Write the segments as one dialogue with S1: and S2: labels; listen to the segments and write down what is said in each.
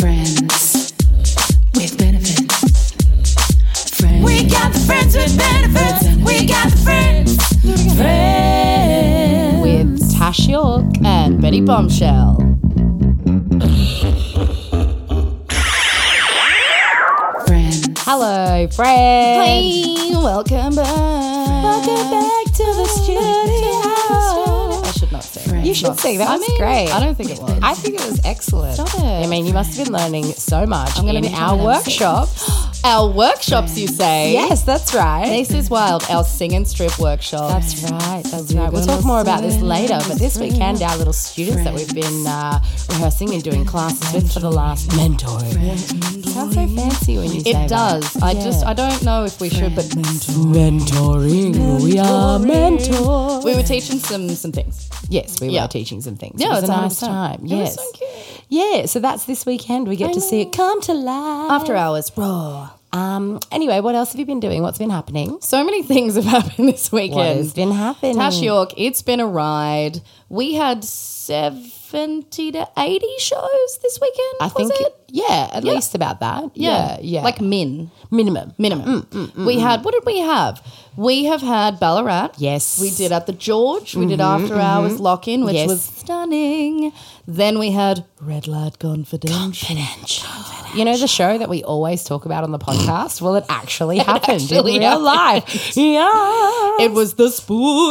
S1: Friends with benefits. Friends.
S2: We got the friends with benefits. We got the friends. Friends.
S1: with Tash York and Betty Bombshell. Friends. Hello, friends. Welcome back. Welcome back to the studio. I should not sing.
S3: You should
S1: say
S3: sing. That was great.
S1: I don't think it was.
S3: I think it was excellent.
S1: Stop it.
S3: I mean, you must have been learning so much
S1: I'm gonna
S3: in
S1: be
S3: our
S1: coming and singing.
S3: workshops.
S1: Our workshops, you say?
S3: Yes, that's right.
S1: This is wild. Our sing and strip workshop.
S3: That's right. That's right. We'll talk more about this later. But this weekend, our little students that we've been uh, rehearsing and doing classes with for the last mentoring. Sounds so fancy when you say
S1: It
S3: that.
S1: does. I just I don't know if we should, but
S3: mentoring. Mm. We are mentor.
S1: we were teaching some some things.
S3: Yes, we
S1: Yeah.
S3: were teaching some things.
S1: Yeah,
S3: it was
S1: it's
S3: a
S1: a
S3: nice
S1: hundred
S3: time.
S1: percent. It was
S3: Yes.
S1: so cute.
S3: Yeah, so that's this weekend. We get to see it come to life.
S1: After hours.
S3: Raw. Um, anyway, what else have you been doing? What's been happening?
S1: So many things have happened this weekend.
S3: What has been happening?
S1: Tash York, it's been a ride. We had 70 to 80 shows this weekend.
S3: I
S1: was
S3: think,
S1: it?
S3: yeah, at least about that. Yeah, yeah. Mm,
S1: Like min.
S3: minimum.
S1: Minimum. we had, what did we have? We have had Ballarat.
S3: Yes.
S1: We did at the George. We did After Hours Lock In, which
S3: Yes.
S1: was stunning. Then we had Red Light Confidential. Confidential.
S3: You know, the show that we always talk about on the podcast? Well, it actually happened
S1: actually
S3: in real life. yeah.
S1: It was the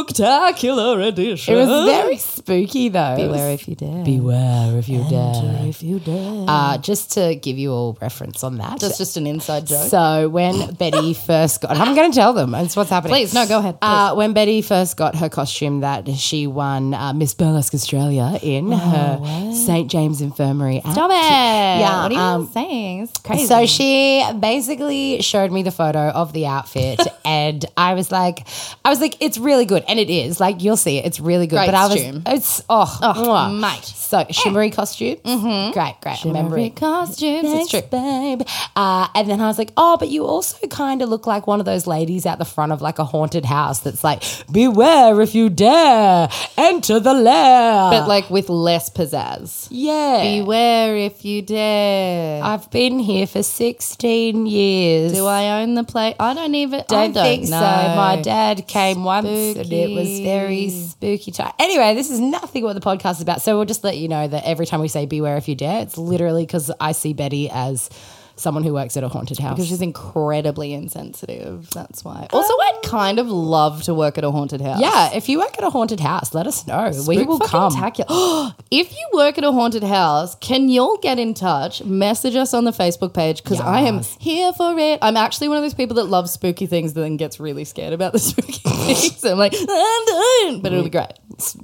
S1: spooktacular edition.
S3: It was very spooky, though.
S1: Beware
S3: if you dare. Beware if you dare.
S1: If you dare.
S3: Uh, just to give you all reference on that.
S1: That's just an inside joke.
S3: So when Betty first got, I'm going to tell them. It's what's happening.
S1: Please, no, go ahead,
S3: Uh, when Betty first got her costume that she won uh, Miss Burlesque Australia in her St James Infirmary. act.
S1: Oh, Stop it.
S3: Yeah,
S1: What are you
S3: um,
S1: saying? It's crazy.
S3: So she basically showed me the photo of the outfit, and I was like, I was like, it's really good, and it is. Like you'll see it, it's really good.
S1: Great
S3: but I was,
S1: costume.
S3: it's oh,
S1: oh,
S3: mwah.
S1: mate. Mm-hmm.
S3: So shimmery costume, great, great. I'm remembering.
S1: costumes.
S3: Thanks,
S1: it's true.
S3: babe. Uh, and then I was like, oh, but you also kind of look like one of those ladies out the front of like a haunted house that's like, beware if you dare enter the lair.
S1: But like with less pizzazz.
S3: yeah,
S1: Beware if you dare.
S3: I've been here for sixteen years.
S1: do I own the play? I don't even. I
S3: don't,
S1: don't
S3: think so.
S1: know.
S3: My dad came once and it was
S1: Spooky.
S3: very spooky time. Anyway, this is nothing what the podcast is about. So we'll just let you know that every time we say beware if you dare, it's literally because I see Betty as someone who works at a haunted house.
S1: Because she's incredibly insensitive. That's why. Also, I'd kind of love to work at a haunted house.
S3: Yeah, if you work at a haunted house, let us know. we will come.
S1: Spectacular. if you work at a haunted house, can y'all get in touch? Message us on the Facebook page because I am here for it. I'm actually one of those people that loves spooky things and then gets really scared about the spooky things. I'm like, I'm done. But it'll be great.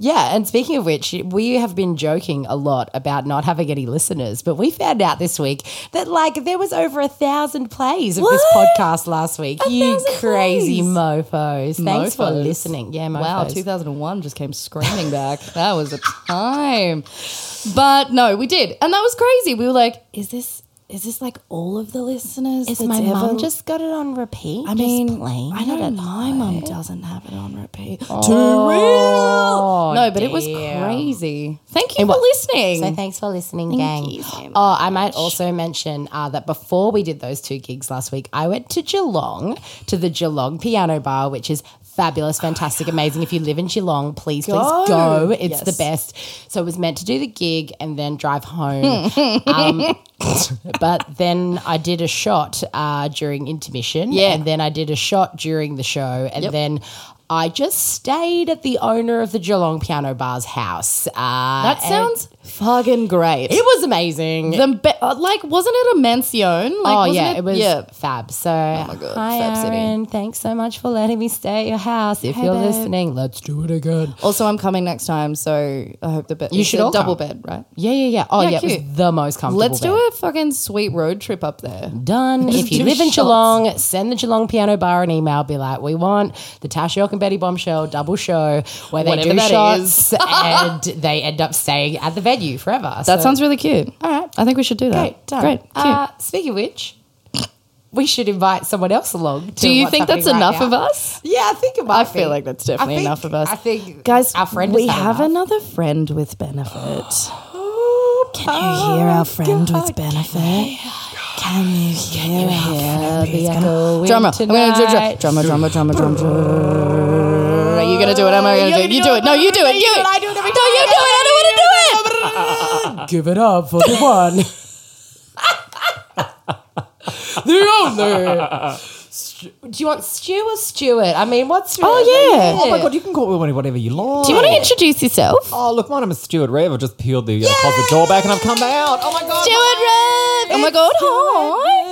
S3: yeah, and speaking of which, we have been joking a lot about not having any listeners, but we found out this week that like there was over a thousand plays of this
S1: What?
S3: podcast last week. you
S1: thousand
S3: crazy
S1: plays.
S3: mofos. Thanks for
S1: Mofos.
S3: listening. Yeah, mofos.
S1: Wow, 2001 just came screaming back. that was a time. But no, we did. And that was crazy. We were like, is this is this like all of the listeners?
S3: Is
S1: that's
S3: my mum
S1: ever-
S3: just got it on repeat?
S1: I mean,
S3: just playing
S1: I
S3: it
S1: know
S3: at
S1: my mum doesn't have it on repeat.
S3: Oh,
S1: no, but it was
S3: damn.
S1: crazy. Thank you for listening.
S3: So thanks for listening, gang.
S1: you so
S3: oh, I might also mention uh, that before we did those two gigs last week, I went to Geelong to the Geelong Piano Bar, which is fabulous, fantastic, amazing. If you live in Geelong, please, please go. It's the
S1: Yes.
S3: best. So it was meant to do the gig and then drive home. um, but then I did a shot uh, during intermission.
S1: Yeah.
S3: And then I did a shot during the show. And then I just stayed at the owner of the Geelong Piano Bar's house. Uh,
S1: That
S3: and
S1: sounds fucking great.
S3: It was amazing.
S1: the be- uh, like, wasn't it a mansion? Like,
S3: oh
S1: wasn't
S3: yeah, it, was
S1: Yeah.
S3: fab. So oh
S1: my God,
S3: hi
S1: fab city.
S3: Aaron, thanks so much for letting me stay at your house. If you're
S1: babe.
S3: listening, let's do it again.
S1: Also, I'm coming next time, so I hope the bed. You
S3: should all
S1: double
S3: come.
S1: bed, right?
S3: Yeah, yeah, yeah. Oh
S1: Yeah,
S3: yeah, it
S1: cute.
S3: was the most comfortable.
S1: Let's
S3: bed.
S1: do a fucking sweet road trip up there.
S3: done.
S1: Just
S3: if you
S1: do
S3: live in
S1: shots.
S3: Geelong, send the Geelong Piano Bar an email. Be like, we want the Tash York and Betty Bombshell double show where they
S1: Whatever
S3: do
S1: that
S3: shots and they end up staying at the venue forever.
S1: That sounds really cute. All right, I think we should do that.
S3: great. Done.
S1: Great, cute.
S3: Uh, speaking of which, we should invite someone else along. To
S1: do you
S3: what's
S1: think that's
S3: happening right
S1: enough
S3: now.
S1: of us?
S3: Yeah, I think it might
S1: I feel
S3: be.
S1: like that's definitely
S3: I think-
S1: enough of us.
S3: I think
S1: guys,
S3: our friend.
S1: we
S3: has done
S1: have
S3: enough.
S1: another friend with benefit.
S3: Can
S1: Oh, you hear our friend with benefit? Can you hear our friend? Drummer, I'm gonna do drum.
S3: tonight?
S1: drummer, drummer, drummer, drummer, drummer. Are you gonna do it? Am I gonna do it? You do it. No, you do it. You do it.
S3: I do it every
S1: No, you do it. I don't want to do it.
S3: Give it up for the one. the owner. Do you want Stu or Stuart? I mean, what's your
S1: Oh, yeah.
S4: Oh my god, you can call me whatever you like.
S1: Do you want to introduce yourself?
S4: Oh look, my name is Stuart Reeve. I've just peeled the uh, closet door back and I've come out. Oh my god.
S1: Stuart Rev. Oh my god, hi.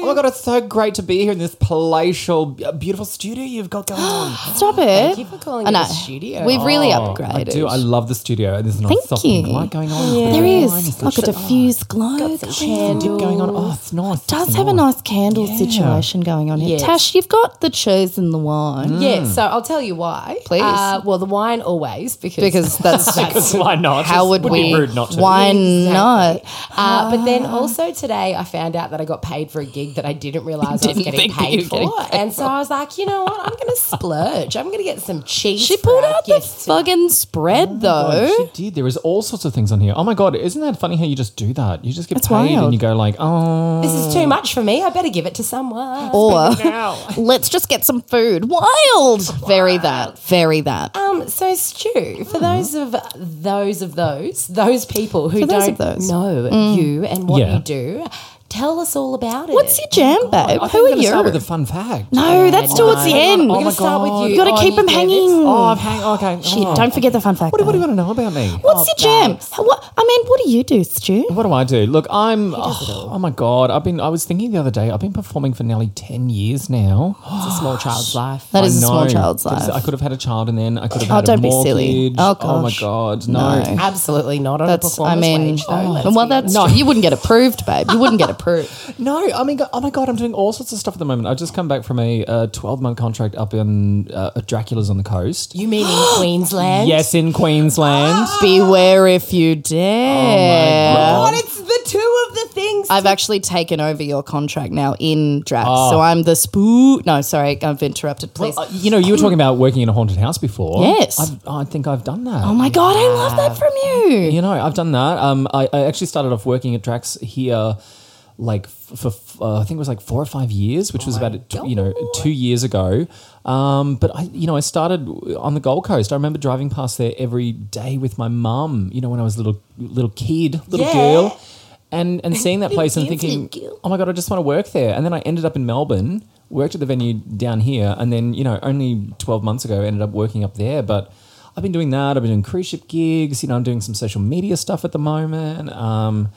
S4: Oh my god, it's so great to be here in this palatial, uh, beautiful studio you've got going on.
S1: Stop it.
S3: you for calling
S1: I
S3: it a
S1: know.
S3: studio.
S1: We've really
S4: Oh,
S1: upgraded.
S4: I do. I love the studio. and There's an
S1: Thank
S4: ensemble
S1: you.
S4: light going on.
S1: there is
S4: Line is
S1: like a
S4: lit.
S1: diffused glow going
S4: Dip going on. Oh, it's nice.
S1: Does
S4: It's
S1: have a nice candle situation going on here.
S3: Yes.
S1: Tash, you've got the chosen the wine.
S4: Mm.
S3: Yeah, so I'll tell you why.
S1: Mm. Please.
S3: Uh, well, the wine always because
S1: Because that's
S4: Because why not?
S1: how
S4: It
S1: would
S4: would
S1: we
S4: be rude not to.
S1: why not? Ah.
S3: Uh, but then also today, I found out that I got paid for a gig that I didn't realize I was
S1: Didn't
S3: getting
S1: think that you
S3: paid
S1: were
S3: for,
S1: getting
S3: and so I was like, you know what? I'm going to splurge. I'm going to get some cheese.
S1: She pulled out the
S3: yes,
S1: fucking spread though.
S4: Oh, she did. There is all sorts of things on here. Oh my god, isn't that funny how you just do that? You just get
S1: That's
S4: paid
S1: wild. Uh,
S4: and you go like, oh,
S3: This is too much for me. I better give it to someone.
S1: or let's just get some food. Wild. Very that. Very that.
S3: Um, so Stu,
S1: Uh-huh.
S3: for those of those of those those people who
S1: For those
S3: don't
S1: of those. Mm.
S3: know you and what
S4: Yeah.
S3: you do, tell us all about it.
S1: What's your jam, babe?
S4: Oh I think
S1: Who
S4: we're
S1: are
S4: gonna
S1: you?
S4: Start with a fun fact.
S1: no, that's towards the end.
S3: We're
S4: Oh my
S3: gonna start
S4: God.
S3: with you.
S1: you gotta
S3: Are
S1: keep them
S3: nervous?
S1: hanging.
S4: Oh, I'm hanging. Okay.
S1: Shit,
S4: oh.
S1: don't forget the fun fact.
S4: What do, what do
S1: though.
S4: you want to know about me? Oh,
S1: What's your jam? How- What, I mean, what do you do, Stu?
S4: What do I do? Look, I'm. Oh, oh my god! I've been. I was thinking the other day. I've been performing for nearly ten years now.
S3: It's a small child's life.
S1: That is
S4: I
S1: a small
S4: know.
S1: child's life.
S4: I could have had a child, and then I could have
S1: Oh,
S4: had
S1: don't
S4: a
S1: be
S4: mortgage.
S1: silly. Oh,
S4: my
S1: gosh.
S4: god!
S1: No.
S4: No.
S3: Absolutely not on a
S1: That's, I
S3: performance
S1: mean, oh.
S3: wage. Though. let's
S1: and well,
S3: be
S1: that's
S4: No.
S1: you wouldn't get approved, babe. You wouldn't get approved.
S4: No, I mean, oh my god, I'm doing all sorts of stuff at the moment. I've just come back from a uh, 12 month contract up in uh, Dracula's on the coast.
S3: You mean in Queensland?
S4: yes, in Queensland.
S1: Ah. Beware if you dare.
S3: God, it's the two of the things.
S1: I've actually taken over your contract now in draft, so I'm the spook. No, sorry, I've interrupted. Please.
S4: Oh. Uh, you know, you were talking about working in a haunted house before.
S1: Yes.
S4: I've, I think I've done that.
S1: oh my god, I love that from you.
S4: You know, I've done that. Um, I, I actually started off working at Drax here, like f- for f- uh, I think it was like four or five years, which was about t- you know two years ago. Um, but I, you know, I started on the Gold Coast. I remember driving past there every day with my mum. You know, when I was a little little kid, little
S3: Yeah.
S4: girl. And, and seeing that place and thinking, oh my god, I just want to work there. And then I ended up in Melbourne, worked at the venue down here, and then you know only twelve months ago ended up working up there. But I've been doing that. I've been doing cruise ship gigs. You know, I'm doing some social media stuff at the moment. Um,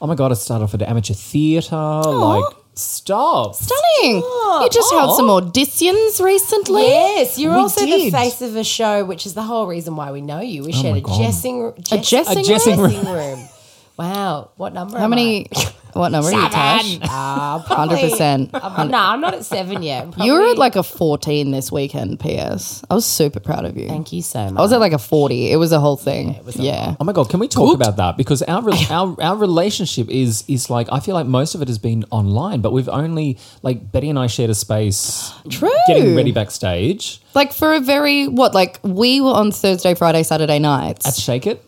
S4: oh my god, I started off at amateur theatre. Like, stop.
S1: Stunning. You just held
S4: Oh.
S1: some auditions recently.
S3: Yes, you're
S4: We
S3: also
S4: did.
S3: the face of a show, which is the whole reason why we know you. We shared
S4: my
S3: a
S4: God.
S3: dressing,
S1: A dressing,
S4: A dressing
S1: room?
S4: room.
S3: dressing room. Wow, what number?
S1: How many? What number are you, Tash? Hundred percent.
S3: No, I'm not at seven yet.
S1: You were at like a 14 this weekend, PS. I was super proud of you.
S3: Thank you so much.
S1: I was at like a 40. It was a whole thing. Yeah.
S4: Oh my god, can we talk about that? Because our, re- our our relationship is is like I feel like most of it has been online, but we've only like Betty and I shared a space,
S1: True.
S4: getting ready backstage
S1: Like for a very, what, like we were on Thursday, Friday, Saturday nights.
S4: at Shake It.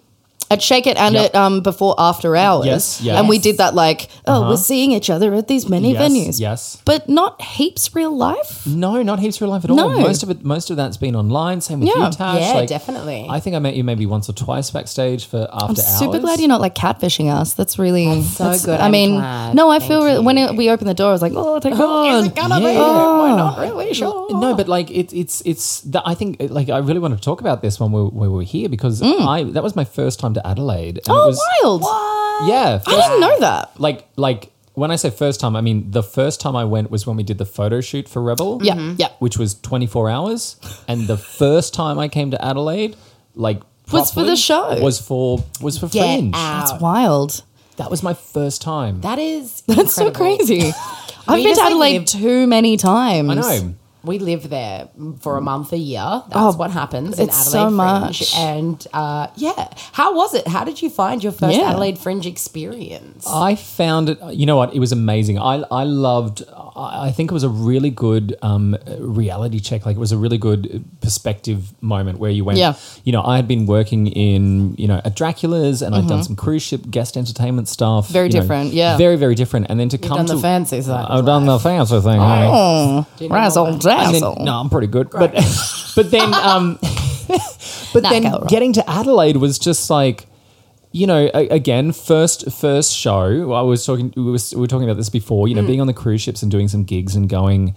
S1: at Shake It and
S4: Yep.
S1: at um, Before After Hours.
S4: Yes, yes. Uh-huh.
S1: And we did that like, oh, we're seeing each other at these many
S4: Yes,
S1: venues.
S4: yes.
S1: But not heaps real life.
S4: No, not heaps real life at all.
S1: No.
S4: Most of it, most of that's been online. Same with
S1: Yeah.
S4: you, Tash.
S3: Yeah,
S4: Like,
S3: definitely.
S4: I think I met you maybe once or twice backstage for after
S1: I'm
S4: hours.
S1: super glad you're not like catfishing us. That's really
S3: Oh, so good.
S1: I
S3: I'm
S1: mean,
S3: glad.
S1: no, I
S3: Thank
S1: feel re-
S3: you.
S1: when it, we opened the door, I was like, oh, thank God.
S3: gonna
S4: Yeah.
S3: We're not
S1: Oh.
S3: really sure.
S4: No, but like it's it's it's. The, I think like I really wanted to talk about this when we, we were here because I that was my first time to Adelaide.
S1: Mm.
S4: And
S1: Oh,
S4: it was,
S1: wild.
S4: Yeah,
S1: I didn't know that.
S4: like like when I say first time, I mean the first time I went was when we did the photo shoot for Rebel.
S1: Yeah, yeah.
S4: Which was 24 hours, and the first time I came to Adelaide, like
S1: Was for
S4: properly,
S1: the show.
S4: Was for was for
S3: Get
S4: Fringe.
S3: out.
S1: That's wild.
S4: That was my first time.
S3: That is
S1: That's so
S3: incredible.
S1: crazy. I've been
S3: just,
S1: to
S3: like,
S1: Adelaide
S3: live-
S1: too many times.
S4: I know.
S3: We live there for a month a year. That's what happens
S1: Oh,
S3: in
S1: it's
S3: Adelaide
S1: so much.
S3: Fringe. And uh, yeah, how was it? How did you find your first
S1: Yeah.
S3: Adelaide Fringe experience?
S4: I found it. You know what? It was amazing. I I loved. I I think it was a really good um, reality check. Like it was a really good perspective moment where you went.
S1: Yeah.
S4: You know, I had been working in you know at Dracula's, and I'd done some cruise ship guest entertainment stuff.
S1: Mm-hmm. Very
S4: you know,
S1: different, yeah.
S4: Very very different. And then to come
S3: done
S4: to
S3: the fancy side of
S4: I've done the fancy thing. honey.
S1: Mm. Razzle
S4: And then-
S1: dazzle.
S4: no, I'm pretty good. But but then um, but
S1: Nah,
S4: then
S1: go, Rob.
S4: getting to Adelaide was just like you know a- again first first show. I was talking we, was, we were talking about this before. You
S1: Mm.
S4: know, being on the cruise ships and doing some gigs and going.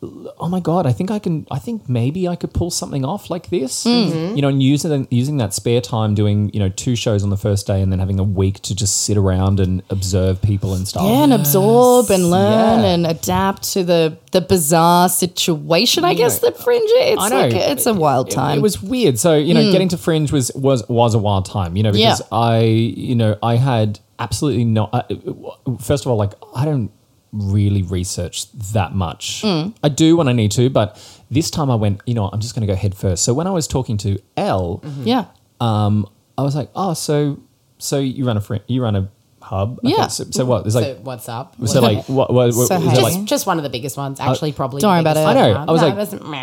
S4: Oh my god! I think I can. I think maybe I could pull something off like this.
S1: Mm-hmm.
S4: You know, and using using that spare time, doing you know two shows on the first day, and then having a week to just sit around and observe people and stuff.
S1: Yeah, and absorb and learn
S4: Yeah.
S1: and adapt to the the bizarre situation. I guess that fringe. It's
S4: I know.
S1: like it's a wild
S4: It-
S1: time. Hmm.
S4: It, was weird. So you know, getting to Fringe was was was a wild time. You know, because
S1: Yeah.
S4: I you know I had absolutely no. I, first of all, like I don't really research that much.
S1: Hmm.
S4: I do when I need to, but this time I went. You know, I'm just going to go head first. So when I was talking to Elle,
S1: yeah.
S4: um, I was like, oh, so so you run a fr- you run a hub. Okay,
S1: Yeah.
S4: So, so what? There's like
S3: so what's up?
S4: so, like what? what, what
S1: So
S4: is
S1: hey.
S4: it
S3: just,
S4: like, Uh,
S3: just one of the biggest ones, actually, probably.
S1: Don't worry
S3: the
S1: about
S3: biggest
S1: it.
S4: I know.
S3: one.
S4: I was
S3: No,
S4: like-
S3: it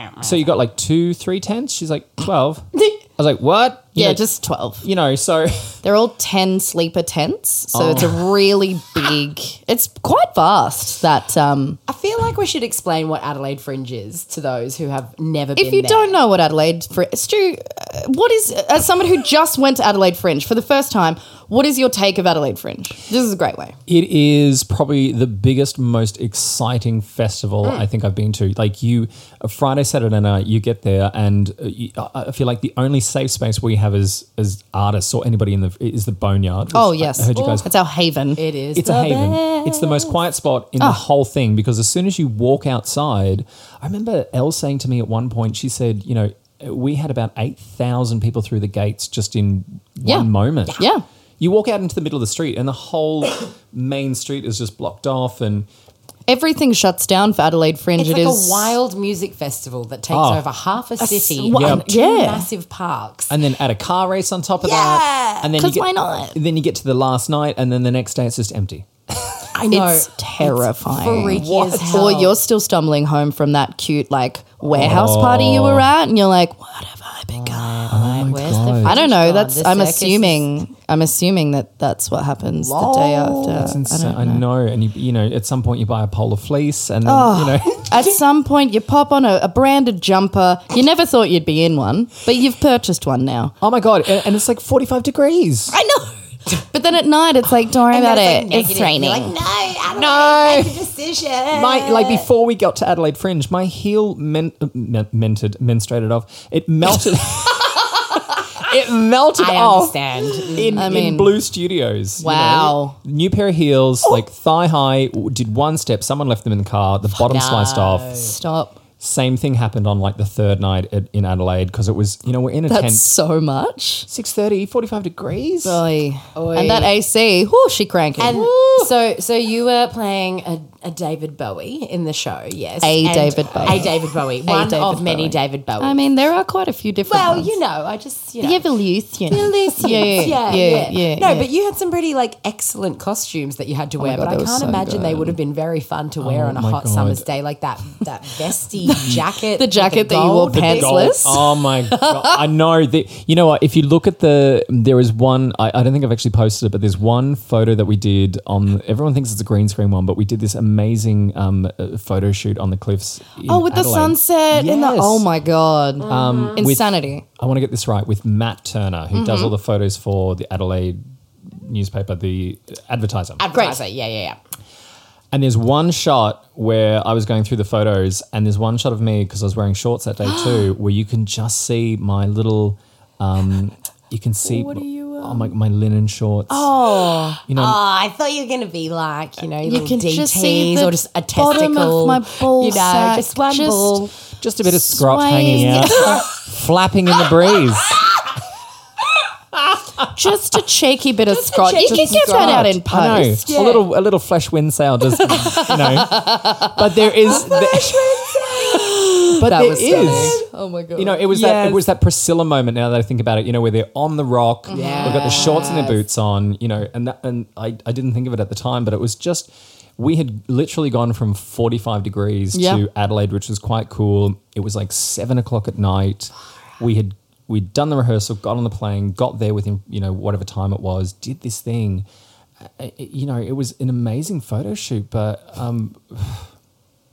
S3: wasn't-
S4: so you got like two three tents? She's like twelve. I was like, what? You
S1: Yeah,
S4: know,
S1: just twelve.
S4: you know, so
S1: They're all ten sleeper tents, so it's a
S3: Oh.
S1: really big. It's quite vast. That um,
S3: I feel like we should explain what Adelaide Fringe is to those who have never been
S1: if you
S3: there.
S1: don't know what Adelaide Fringe, Stu, uh, what is as someone who just went to Adelaide Fringe for the first time, what is your take of Adelaide Fringe? This is a great way.
S4: It is probably the biggest, most exciting festival I think I've been to. Like you, a Friday, Saturday night, you get there, and uh, you, I I feel like the only safe space we have as as artists or anybody in the is the Boneyard. which
S1: Oh
S4: I-
S1: yes,
S4: I heard you guys.
S1: it's our haven.
S3: It is.
S4: It's a haven. It's the most quiet spot
S1: Ah.
S4: in the whole thing because as soon as you walk outside, I remember Elle saying to me at one point, she said, you know, we had about 8,000 people through the gates just in
S1: Yeah.
S4: one moment.
S1: Yeah.
S4: You walk out into the middle of the street and the whole main street is just blocked off and
S1: Everything shuts down for Adelaide Fringe.
S3: It's
S1: It
S3: like
S1: is-
S3: a wild music festival that takes
S4: Oh.
S3: over half a city
S1: wa-
S3: and two
S1: yeah.
S3: massive parks.
S4: and then add a car race on top of that. And then you
S1: 'cause
S4: get,
S1: why not?
S4: Then you get to the last night and then the next day it's just empty.
S3: I know.
S1: It's terrifying.
S3: freaky What? as hell.
S1: Or you're still stumbling home from that cute like warehouse party
S3: Oh.
S1: you were at, and you're like, "What have I become?"
S3: Like, where's the
S1: I don't know.
S3: fringe
S1: That's
S3: gone?
S1: I'm
S3: The circus is-
S1: assuming. I'm assuming that that's what happens the day after.
S4: It's Oh, insane. I, know. And you, you know, at some point you buy a polar fleece and then,
S1: Oh.
S4: you know.
S1: At some point, you pop on a, a branded jumper. You never thought you'd be in one, but you've purchased one now.
S4: Oh my god! And, and it's like forty-five degrees.
S1: I know. But then at night, it's like, don't worry about
S3: That's, like,
S1: it.
S3: negative.
S1: it's
S3: You're
S1: raining.
S3: Like, no, Adelaide,
S4: No.
S3: make a decision.
S4: My like before we got to Adelaide Fringe, my heel men, uh, men, mented, menstruated off. It melted. it melted
S1: oh.
S3: I
S4: off
S3: understand.
S4: in, in
S1: mean-
S4: Blue Studios. you know.
S1: Wow.
S4: new pair of heels, like thigh high. w- Did one step. Someone left them in the car. The bottom sliced off.
S1: Stop.
S4: Same thing happened on like the third night at, in Adelaide because it was you know we're in a
S1: That's
S4: tent.
S1: so much.
S4: 6.30, 45 degrees.
S1: Oi.
S3: Oi.
S1: And that AC, whoo, she cranking.
S3: And so, so you were playing a, a David Bowie in the show, yes?
S1: A
S3: And-
S1: David Bowie.
S3: a David Bowie, one
S1: David
S3: of many
S1: Bowie.
S3: David Bowie.
S1: I mean, there are quite a few different
S3: well,
S1: ones.
S3: you know, I just you know.
S1: the evolution.
S3: Elusive.
S1: Yeah, yeah, yeah, yeah,
S3: No,
S1: yeah. Oh
S3: but you had some pretty like excellent costumes that you had to wear.
S1: God,
S3: but I
S1: they were
S3: can't
S1: so
S3: imagine they
S1: good. Oh
S3: would have been very fun to wear on a
S4: my
S3: hot
S4: God.
S3: summer's day like that. That vesty jacket.
S1: The jacket that you wore
S3: gold-
S1: pants-
S4: Gold.
S1: Pantsless?
S4: Oh my god! I know that. You know what? If you look at the, there is one. I, I don't think I've actually posted it, but there's one photo that we did on. Everyone thinks it's a green screen one, but we did this amazing um, uh, photo shoot on the cliffs. in
S1: Oh, with the
S4: Adelaide.
S1: sunset and the
S4: Yes.
S1: oh my god,
S3: Mm-hmm.
S4: Um, with-
S1: insanity.
S4: I want to get this right with Matt Turner, who
S1: Mm-hmm.
S4: does all the photos for the Adelaide newspaper, the Advertiser.
S3: Advertiser. Yeah, yeah, yeah.
S4: And there's one shot where I was going through the photos, and there's one shot of me because I was wearing shorts that day too, where you can just see my little, um, you can see oh my my linen shorts. Oh, you know,
S1: Ah.
S3: Oh, I thought you were gonna be like, you know, you little
S1: can
S3: DTs
S1: just see the
S3: or just a testicle.
S1: bottom of my ball
S3: you know,
S1: sack,
S3: just one
S1: just-
S3: ball.
S4: just a bit of scrot hanging out, flapping in the breeze.
S1: Just a cheeky bit of scotch. You
S3: cheeky
S1: can get that out in
S4: I know
S1: post.
S4: a little a little flash wind sail does, you know, but there is. but
S1: That
S4: there
S1: was
S4: is.
S1: stunning. Oh my god.
S4: You know, it was that it was that Priscilla moment. Now that I think about it, you know, where they're on the rock, they've got the shorts and their boots on. You know, and that, and I, I didn't think of it at the time, but it was just we had literally gone from forty five degrees
S1: Yeah.
S4: to Adelaide, which was quite cool. It was like seven o'clock at night. We had we'd done the rehearsal, got on the plane, got there within you know whatever time it was, did this thing. Uh, it- you know, it was an amazing photo shoot, but um,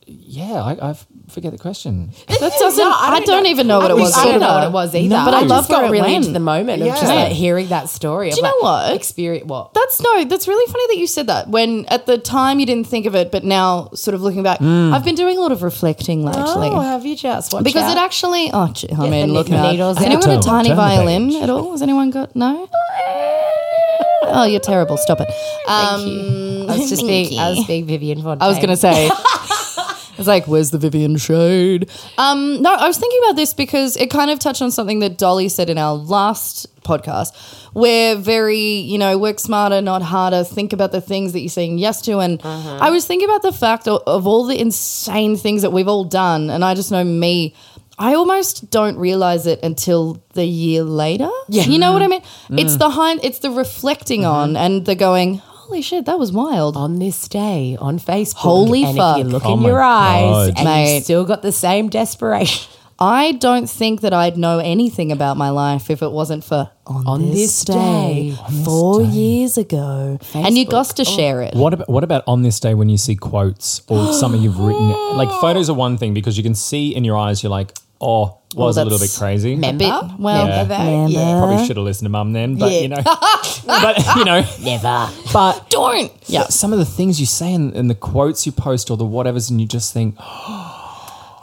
S4: yeah, I, I forget the question.
S1: that doesn't. I don't, even know what it was.
S3: I
S1: either.
S3: don't know what it was either.
S1: No. But I,
S3: just
S1: love
S3: got
S1: where it
S3: really
S1: went.
S3: into the moment of just
S4: Yeah.
S3: like hearing that story.
S1: Do you know what?
S3: Experience what?
S1: That's no, that's really funny that you said that. When at the time you didn't think of it, but now sort of looking back,
S4: Mm.
S1: I've been doing a lot of reflecting lately.
S3: Oh, have you just watched
S1: because
S3: out.
S1: it actually, oh, gee, I
S3: the
S1: mean,
S3: ne-
S1: look
S3: the
S1: now.
S3: needles
S1: Has anyone got a
S4: out.
S1: tiny
S4: Turn the
S1: violin
S4: page.
S1: at all? Has anyone got no? oh, you're terrible. Stop it. Um,
S3: I was just being, I was being Vivian Von.
S1: I was going to say. It's like, where's the Vivian shade? Um, no, I was thinking about this because it kind of touched on something that Dolly said in our last podcast. We're very, you know, work smarter, not harder. Think about the things that you're saying yes to. And I was thinking about the fact of, of all the insane things that we've all done. And I just know me. I almost don't realize it until the year later. Yeah. You know what I mean? It's the hind, it's the reflecting on and the going, holy shit, that was wild.
S3: on this day on Facebook.
S1: Holy
S3: and
S1: fuck.
S3: If you look
S4: Oh
S3: in
S4: my
S3: your eyes
S4: God.
S3: and
S1: Mate.
S3: you've still got the same desperation.
S1: I don't think that I'd know anything about my life if it wasn't for on, this,
S3: this
S1: day,
S3: day,
S1: four years ago. And you got to share it.
S4: What about what about on this day when you see quotes or something you've written? Like photos are one thing because you can see in your eyes. You're like, oh, was a little bit
S1: that's
S4: crazy.
S3: Remember?
S1: Bit- well,
S4: Yeah.
S1: remember?
S4: Probably should have listened to mum then, but you know, but you know,
S3: Never.
S4: but
S1: Don't. Yeah.
S4: some of the things you say and, and the quotes you post or the whatever's, and you just think, "Oh,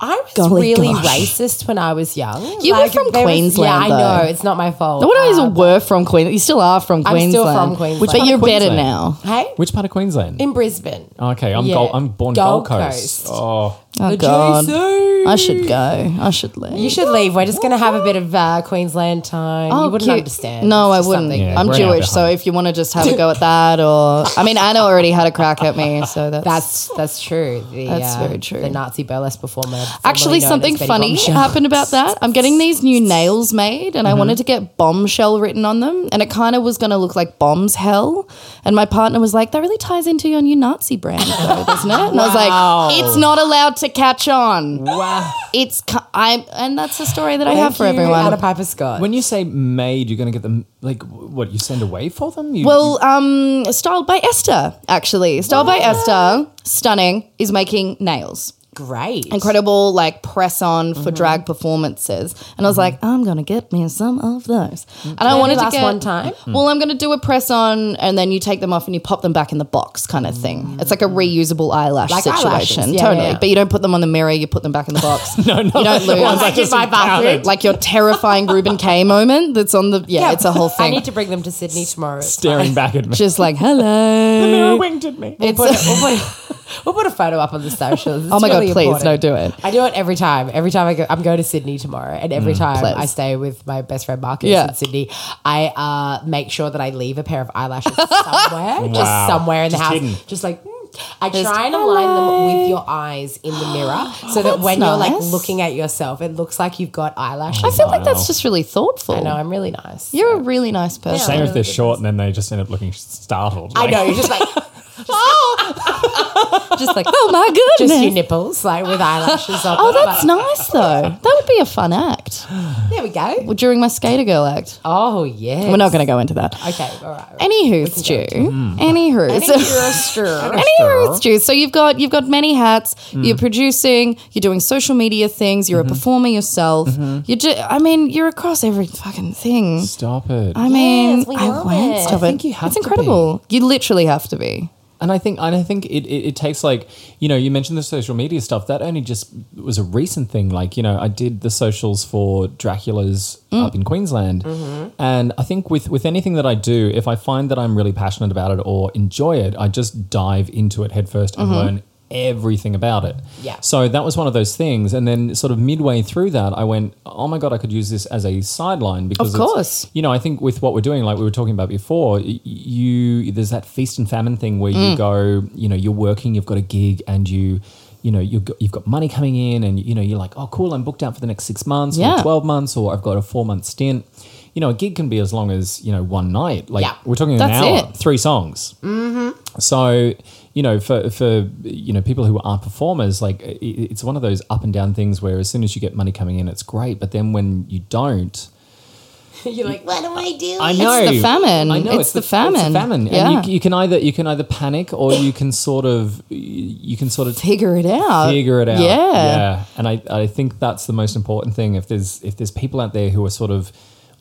S3: I was
S1: Golly
S3: really
S1: gosh.
S3: racist when I was young.
S1: You were from
S3: there was-
S1: Queensland,
S3: yeah, I
S1: though.
S3: know. It's not my fault.
S1: The one I
S3: Um,
S1: were from Queensland. You still are from
S3: I'm
S1: Queensland.
S3: still from Queensland. Which
S1: But
S3: part
S1: you're
S4: of
S1: better
S4: Queensland?
S1: now.
S3: hey,
S4: which part of Queensland?
S3: in Brisbane.
S4: okay, I'm
S3: Yeah.
S4: Gold, I'm born Gold,
S3: Gold
S4: Coast.
S3: Coast.
S4: Oh,
S1: Oh, God. I should go. I should leave.
S3: You should leave. We're just going to have a bit of uh, Queensland time. you wouldn't
S1: Oh, cute.
S3: understand.
S1: No,
S3: It's
S1: I
S3: just
S1: wouldn't.
S3: something-
S4: Yeah,
S1: I'm
S4: we're an hour
S1: Jewish, so
S4: behind.
S1: if you want to just have a go at that, or I mean, Anna already had a crack at me, so that's
S3: That's that's true. The, uh,
S1: That's very true.
S3: The Nazi burlesque performer. formerly
S1: Actually,
S3: known as
S1: something
S3: Betty
S1: funny
S3: Bombshell. Mm-hmm.
S1: happened about that. I'm getting these new nails made, and I wanted to get bombshell written on them, and it kind of was going to look like bombs hell. And my partner was like, "That really ties into your new Nazi brand, though, doesn't it?" And I was like, "It's not allowed to catch on.
S4: wow.
S1: It's cu- I." And that's the story that I
S3: Thank
S1: have for
S3: you,
S1: everyone.
S3: Anna Piper Scott.
S4: When you say made, you're going to get them like what? You send away for them? You,
S1: Well, um, Styled by Esther, actually. Styled by Esther, stunning, is making nails.
S3: Great.
S1: incredible like press on
S3: Mm-hmm.
S1: for drag performances and i was like i'm gonna get me some of those and i wanted to
S3: Mm-hmm. last
S1: get
S3: one time?
S1: well i'm gonna do a press on and then you take them off and you pop them back in the box kind of thing it's like a reusable eyelash
S3: Mm. Like eyelashes.
S1: situation
S3: Yeah,
S1: totally
S3: yeah.
S1: but you don't put them on the mirror you put them back in the box no no you don't lose
S3: Ones I Like in just my bathroom. encountered.
S1: like your terrifying ruben k moment that's on the yeah, it's a whole
S3: I
S1: thing
S3: need to bring them to Sydney tomorrow.
S4: staring back at me.
S1: just like hello
S4: Mirror winked at me.
S3: We'll put, we'll, put, we'll put a photo up on the socials.
S1: oh my god please no do it Mm,
S3: I do it every time. Every time I go, I'm going to Sydney tomorrow, and every time I stay with my best friend Marcus
S1: Yeah.
S3: in Sydney, I uh, make sure that I leave a pair of eyelashes somewhere, just somewhere in the
S4: Just
S3: house,
S4: hidden.
S3: just like mm, I try and align them with your eyes in the mirror so that when you're like
S1: nice.
S3: looking at yourself, it looks like you've got eyelashes.
S1: I feel like
S4: Wow.
S1: that's just really thoughtful.
S3: No, I'm really nice.
S1: You're a really nice person.
S4: Same if they're short and then they just end up looking startled.
S3: I
S4: like-
S3: know, you're just like,
S1: Just like, oh my goodness.
S3: just your nipples, like with eyelashes on.
S1: oh, that's nice though. That would be a fun act
S3: There we go.
S1: Well, during my skater girl act.
S3: Oh, yeah.
S1: We're not going to go into that.
S3: Okay, all right. right.
S1: Anywho, Stu. Mm. Anywho,
S3: You're a
S1: so,
S3: stir.
S1: anywho, Stu. So you've got you've got many hats.
S4: Mm.
S1: You're producing. You're doing social media things. You're
S4: Mm-hmm.
S1: a performer yourself. You're. Ju- I mean, you're across every fucking thing.
S4: Stop it.
S1: I mean,
S3: we
S1: I
S3: love
S1: won't
S3: it.
S1: stop
S4: I
S1: it.
S4: think you have
S1: it's
S4: to be.
S1: incredible. You literally have to be.
S4: And I think and I think it, it, it takes like you know you mentioned the social media stuff that only just was a recent thing like you know I did the socials for Dracula's
S1: Mm.
S4: up in Queensland
S1: Mm-hmm.
S4: and I think with with anything that I do if I find that I'm really passionate about it or enjoy it I just dive into it headfirst and
S1: Mm-hmm.
S4: learn everything about it
S3: Yeah.
S4: so that was one of those things and then sort of midway through that I went oh my god I could use this as a sideline because it's-
S1: course.
S4: you know, I think with what we're doing, like we were talking about before, y- you there's that feast and famine thing where
S1: Mm.
S4: you go, you know, you're working, you've got a gig, and you, you know, you've got, you've got money coming in, and you know, you're like, oh, cool, I'm booked out for the next six months
S1: Yeah.
S4: or twelve months, or I've got a four month stint. You know, a gig can be as long as you know one night. Like
S3: Yeah.
S4: we're talking
S1: That's
S4: an hour,
S1: it. Mm-hmm.
S4: three songs. So, you know, for for you know people who aren't performers, like i it's one of those up and down things where as soon as you get money coming in, it's great, but then when you don't,
S3: You're like, what am I doing?
S4: I know
S1: the famine.
S4: I know
S1: It's the famine.
S4: It's the famine.
S1: Yeah.
S4: And you, you can either you can either panic or you can sort of you can sort of
S1: Figure it out.
S4: figure it out.
S1: Yeah.
S4: yeah. And I, I think that's the most important thing. If there's if there's people out there who are sort of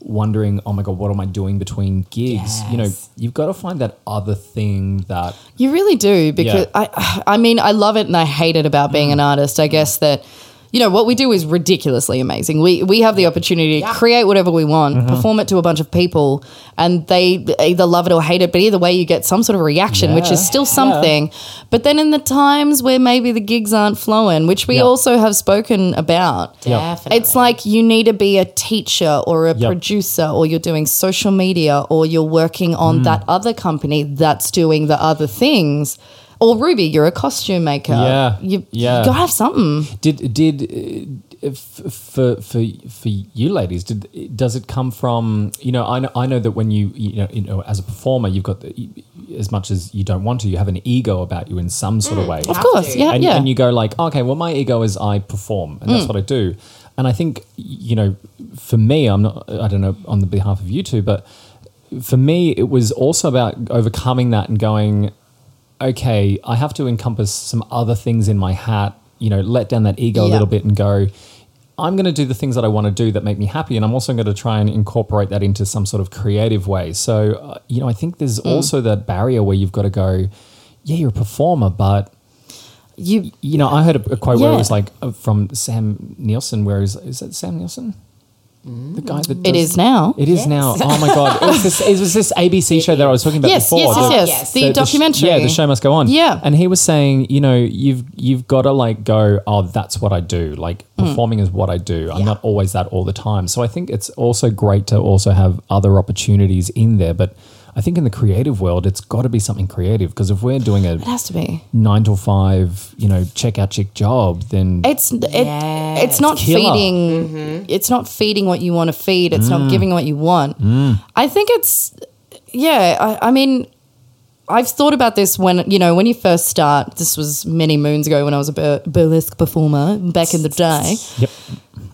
S4: wondering, oh my god, what am I doing between gigs? You know,
S3: Yes.
S4: you've got to find that other thing that
S1: You really do because
S4: Yeah.
S1: I I mean I love it and I hate it about being an artist. I guess
S4: Mm.
S1: that you know what we do is ridiculously amazing. We we have the opportunity to create whatever we want,
S4: Mm-hmm.
S1: perform it to a bunch of people and they either love it or hate it, but either way you get some sort of reaction which
S4: Yeah.
S1: is still something. But then in the times where maybe the gigs aren't flowing, which we
S4: Yeah.
S1: also have spoken about,
S3: Definitely.
S1: it's like you need to be a teacher or a
S4: Yep.
S1: producer or you're doing social media or you're working
S4: Mm.
S1: on that other company that's doing the other things. Or Ruby, you're a costume maker.
S4: Yeah.
S1: You,
S4: Yeah.
S1: you gotta have something.
S4: did did uh, f- for for for you ladies did does it come from you know I know I know that when you you know, you know as a performer you've got the, as much as you don't want to you have an ego about you in some sort of way
S1: Of course. Yeah.
S4: and,
S1: yeah. Mm.
S4: and you go like, okay, well, my ego is I perform, and that's what I do. And I think you know, for me, I'm not. I don't know on the behalf of you two, but for me, it was also about overcoming that and going, okay, I have to encompass some other things in my hat. You know, let down that ego a
S1: Yeah.
S4: little bit and go. I'm going to do the things that I want to do that make me happy, and I'm also going to try and incorporate that into some sort of creative way. So, uh, you know, I think there's
S1: Mm.
S4: also that barrier where you've got to go, yeah, you're a performer, but
S1: You-
S4: you know, I heard a, a quote where it was
S1: Yeah.
S4: like uh, from Sam Nielsen. Where is is that Sam Nielsen? The guy that
S1: it
S4: does-
S1: is now.
S4: It is now. Oh my god! It was this, it was this ABC show that I was talking about
S1: Yes,
S4: before.
S1: yes, yes,
S4: the-
S1: yes,
S3: yes.
S1: The,
S4: the- the sh-
S1: documentary.
S4: yeah, the show must go on.
S1: Yeah.
S4: and he was saying, you know, you've you've got to like go. Oh, that's what I do. Like
S1: Hmm.
S4: performing is what I do. I'm not always that all the time. So I think it's also great to also have other opportunities in there. But I think in the creative world, it's got to be something creative because if we're doing a
S1: It has to be.
S4: nine to five, you know, check out chick job, then
S1: It's it, it's not
S4: killer. Mm.
S1: feeding. It's not feeding what you want to feed. It's not giving what you want. I think it's yeah. I, I mean, I've thought about this when you know when you first start. This was many moons ago when I was a bur- burlesque performer back in the day.
S4: Yep.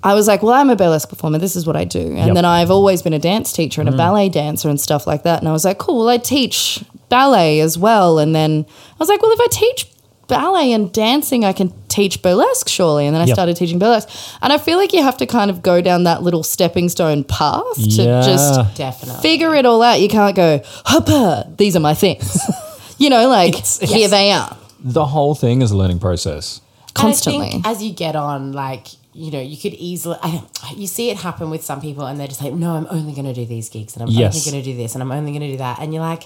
S1: I was like, well, I'm a burlesque performer. This is what I do. And
S4: Yep. Mm.
S1: then I've always been a dance teacher and a ballet dancer and stuff like that. And I was like, cool, well, I teach ballet as well. And then I was like, well, if I teach ballet and dancing, I can teach burlesque, surely. And then I
S4: Yep.
S1: started teaching burlesque. And I feel like you have to kind of go down that little stepping stone path to
S4: Yeah.
S1: just
S3: Definitely.
S1: figure it all out. You can't go, hopper, these are my things. you know, like, here they are.
S4: the whole thing is a learning process.
S3: And I think
S1: Constantly.
S3: as you get on, like, you know, you could easily, I don't, you see it happen with some people and they're just like, no, I'm only going to do these gigs and I'm
S4: Yes.
S3: only going to do this and I'm only going to do that. And you're like,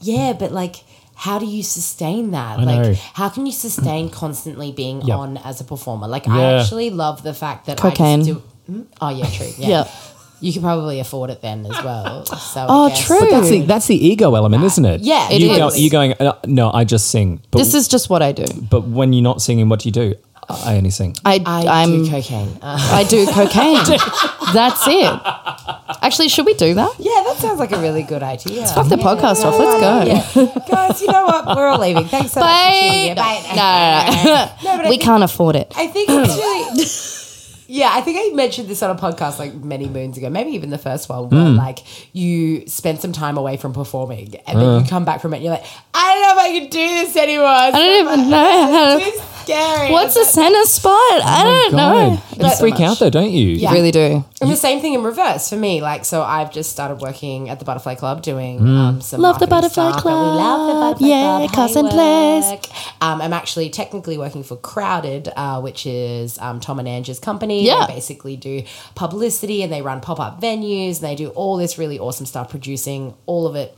S3: yeah, but like, how do you sustain that? like,
S4: know.
S3: how can you sustain constantly being
S4: Yeah.
S3: on as a performer? Like, I
S4: Yeah.
S3: actually love the fact that I
S1: Cocaine.
S3: just do. Hmm? Oh, yeah, true. Yeah.
S1: Yeah.
S3: you could probably afford it then as well. So I
S1: Oh,
S3: guess-
S1: true.
S4: But that's the, that's the ego element, isn't it?
S3: Yeah, it
S4: you Go,
S3: is.
S4: you're going, uh, no, I just sing. But,
S1: This is just what I do.
S4: but when you're not singing, what do you do? I only sing.
S1: I,
S3: I
S1: am
S3: do cocaine. Uh,
S1: I do cocaine. That's it. Actually, should we do that?
S3: yeah, that sounds like a really good idea.
S1: Fuck the podcast off. Let's go.
S3: Guys, you know what? We're all leaving. Thanks so much for tuning in. Bye.
S1: No, no, no. we can't afford it.
S3: I think it's really. Yeah, I think I mentioned this on a podcast like many moons ago, maybe even the first one, where
S1: Hmm.
S3: like you spend some time away from performing and then you come back from it and you're like, I don't know if I can do this anymore.
S1: Uh.
S3: I
S1: I don't even know how to.
S3: It's scary.
S1: What's a center spot? I
S4: Oh
S1: don't know.
S4: You freak out though, don't you?
S1: I really do.
S3: And the same thing in reverse for me. Like, so I've just started working at the Butterfly Club doing um, some
S1: Mm. Love the
S3: marketing
S1: Butterfly
S3: stuff, and We love the
S1: Club.
S3: Butterfly
S1: Yeah,
S3: Club. Hey,
S1: cousin Blaze.
S3: work. Um, I'm actually technically working for Crowded, uh, which is um, Tom and Angie's company.
S1: Yeah.
S3: They basically do publicity and they run pop up venues and they do all this really awesome stuff, producing all of it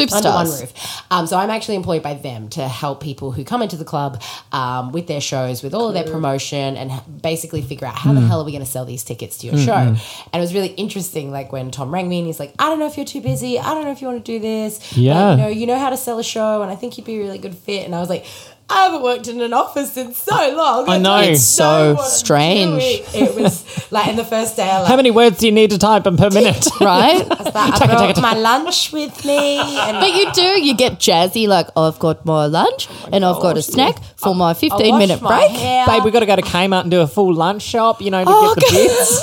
S3: under one
S1: Superstars.
S3: roof. Um, so I'm actually employed by them to help people who come into the club um, with their shows, with all of their promotion, and h- basically figure out how the
S1: Mm.
S3: hell are we going to sell these tickets to your show.
S1: Mm-hmm.
S3: And it was really interesting, like when Tom rang me and he's like, "I don't know if you're too busy. I don't know if you want to do this. but,
S4: Yeah.
S3: you know, you know how to sell a show, and I think you'd be a really good fit." And I was like. I haven't worked in an office in so long.
S4: I know.
S3: don't
S4: It's
S1: so
S3: what I'm
S1: strange.
S3: doing." It was like, in the first day, I like,
S4: How many words do you need to type in per minute?
S1: Right?
S3: I brought my lunch with me. And
S1: But you do. You get jazzy, like "Oh, I've got my lunch and I've got a snack for my fifteen
S3: wash
S1: minute
S3: my
S1: break.
S3: hair.
S4: Babe, we've got to go to Kmart and do a full lunch shop, you know, to
S1: Oh,
S4: get the bits.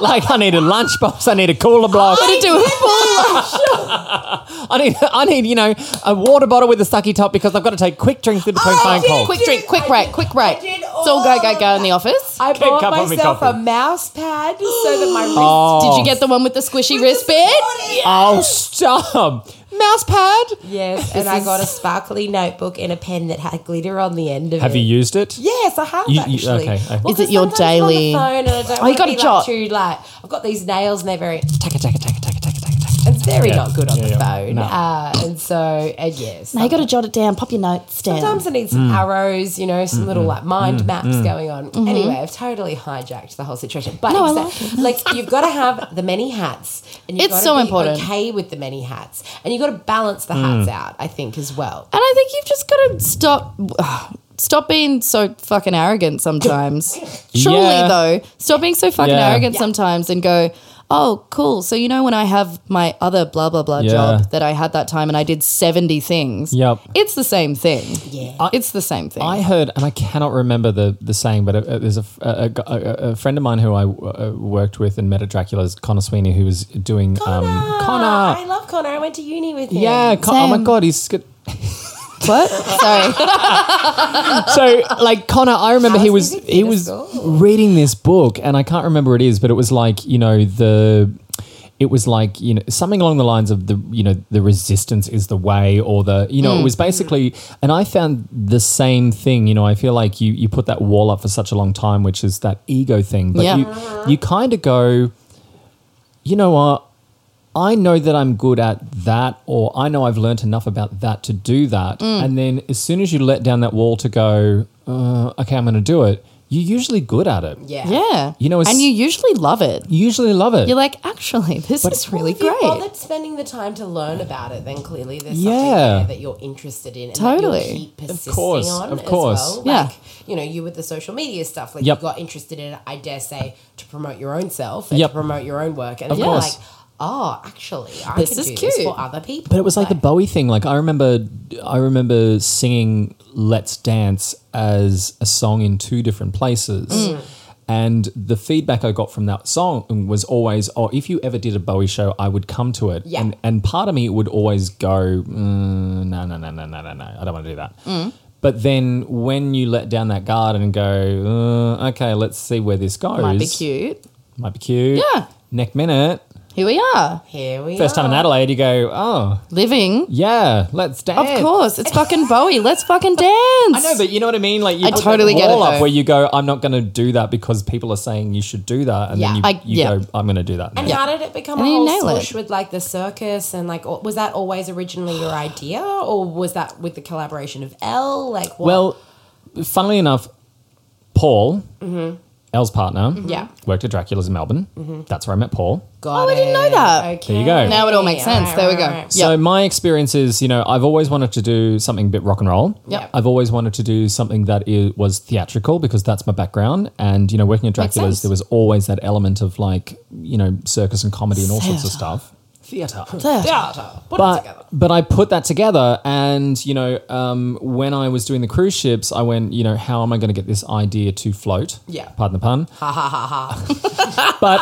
S4: like, I need a lunchbox, I need a cooler block,
S1: What do a full
S4: I need, I need, you know, a water bottle with a sucky top because I've got to take quick drinks in between phone
S3: did
S4: calls.
S1: quick drink, quick break, quick break.
S3: did
S1: It's all go go go in the office.
S3: I bought
S4: cup of me
S3: myself a
S4: coffee.
S3: mouse pad so that my wrist
S1: Did you get the one with the squishy wristband?
S4: Oh, stop. Mouse pad.
S3: Yes, and I got a sparkly notebook and a pen that had glitter on the end of
S4: Have
S3: it.
S4: you used it?
S3: Yes, I have
S4: You- you-
S3: actually.
S4: okay, okay.
S1: Is it your daily-
S3: i on the phone and I don't
S1: Oh, you
S3: wanna
S1: got a
S3: be, like,
S1: jot.
S3: too, like, I've got these nails and they're very.
S4: Take it, take it, take it, take it, take it, take it. take it.
S3: It's very
S4: Yeah.
S3: not good on
S4: Yeah,
S3: the
S4: yeah.
S3: phone.
S4: No.
S3: Uh, and so, and yes.
S1: Now you got to jot it down. Pop your notes down.
S3: Sometimes I need some arrows, you know, some little like mind maps going on. Anyway, I've totally hijacked the whole situation. But
S1: No, I
S3: exact- like, you've got to have the many hats, and you've
S1: It's
S3: got to
S1: so
S3: be
S1: important.
S3: okay with the many hats, and you've got to balance the hats out. I think as well.
S1: And I think you've just got to stop. Stop being so fucking arrogant sometimes. Surely,
S4: Yeah.
S1: though, stop being so fucking
S4: Yeah.
S1: arrogant sometimes and go, oh, cool. So, you know, when I have my other blah, blah, blah
S4: Yeah.
S1: job that I had that time and I did 70 things,
S4: Yep.
S1: it's the same thing. Yeah. it's the same thing.
S4: I heard, and I cannot remember the, the saying, but uh, uh, there's a, f- a- a- a- a friend of mine who I uh, worked with and met at Dracula's, Connor Sweeney, who was doing Connor. Um, Connor.
S3: I love Connor. I went to uni with him.
S4: Yeah, Con- oh my
S1: Same.
S4: god, he's good.
S1: what? Sorry.
S4: so like Connor, I remember he was
S3: How's he
S4: he
S3: gonna
S4: was
S3: score?
S4: reading this book, and I can't remember what it is, but it was like you know the. It was like you know something along the lines of the you know the resistance is the way or the you know it was basically and I found the same thing you know I feel like you you put that wall up for such a long time which is that ego thing but
S1: Yeah.
S4: you you kind of go you know what I know that I'm good at that, or I know I've learnt enough about that to do that. And then as soon as you let down that wall to go, uh, okay, I'm going to do it, you're usually good at it.
S3: Yeah.
S1: yeah.
S4: You know, it's-
S1: and you usually love it.
S4: You usually love it.
S1: You're like, actually, this is really
S3: If you
S1: great.
S3: bothered spending the time to learn about it, then clearly there's
S4: Yeah.
S3: something there that you're interested in. And That
S1: Totally.
S3: you'll keep persisting
S4: course,
S3: on
S4: of
S3: as
S4: course.
S3: well.
S1: Yeah.
S3: Like, you know, you with the social media stuff, like
S4: Yep.
S3: you got interested in it, I dare say, to promote your own self and
S4: Yep.
S3: to promote your own work. And
S4: Of
S3: you're
S4: course.
S3: like, oh, actually, I
S1: This
S3: can
S1: is
S3: do this
S1: cute.
S3: for other people.
S4: But it was like the Bowie thing. Like I remember, I remember singing "Let's Dance" as a song in two different places,
S1: Mm.
S4: and the feedback I got from that song was always, "Oh, if you ever did a Bowie show, I would come to it."
S3: Yeah.
S4: And and part of me would always go, mm, "No, no, no, no, no, no, no, I don't want to do that."
S1: Mm.
S4: But then when you let down that guard and go, uh, "Okay, let's see where this goes,"
S1: Might be cute.
S4: Might be cute.
S1: Yeah.
S4: Next minute,
S1: Here we are,
S3: Here we
S4: first
S3: are.
S4: time in Adelaide, you go, "Oh,
S1: living.
S4: yeah, let's
S1: Of
S4: dance."
S1: course, it's fucking Bowie. Let's fucking dance.
S4: I know, but you know what I mean. Like you
S1: I
S4: put that
S1: totally get it,
S4: wall up
S1: though.
S4: where you go, I'm not going to do that because people are saying you should do that, and
S3: Yeah.
S4: then you,
S1: I-
S4: you
S1: yeah.
S4: go, I'm going to do that.
S3: And how did it become
S1: And
S3: a
S1: you
S3: whole
S1: nail it.
S3: swoosh with like the circus and like or- was that always originally your idea or was that with the collaboration of L? Like what?
S4: well, funnily enough, Paul Elle's partner.
S3: Mm-hmm. Yeah. Mm-hmm.
S4: Worked at Dracula's in Melbourne. That's where I met Paul.
S3: Got
S1: Oh, I didn't know that.
S3: Okay.
S4: There you go.
S1: Now it all makes sense.
S3: Alright,
S1: there we go.
S3: alright, alright.
S4: So
S1: Yep.
S4: my experience is, you know, I've always wanted to do something a bit rock and roll.
S1: Yep.
S4: I've always wanted to do something that i was theatrical because that's my background. And you know, working at Dracula's,
S3: sense.
S4: there was always that element of like, you know, circus and comedy and all sorts of stuff. Theater. But, but I put that together, and you know, um, when I was doing the cruise ships, I went, you know, how am I going to get this idea to float?
S3: Yeah.
S4: pardon the pun but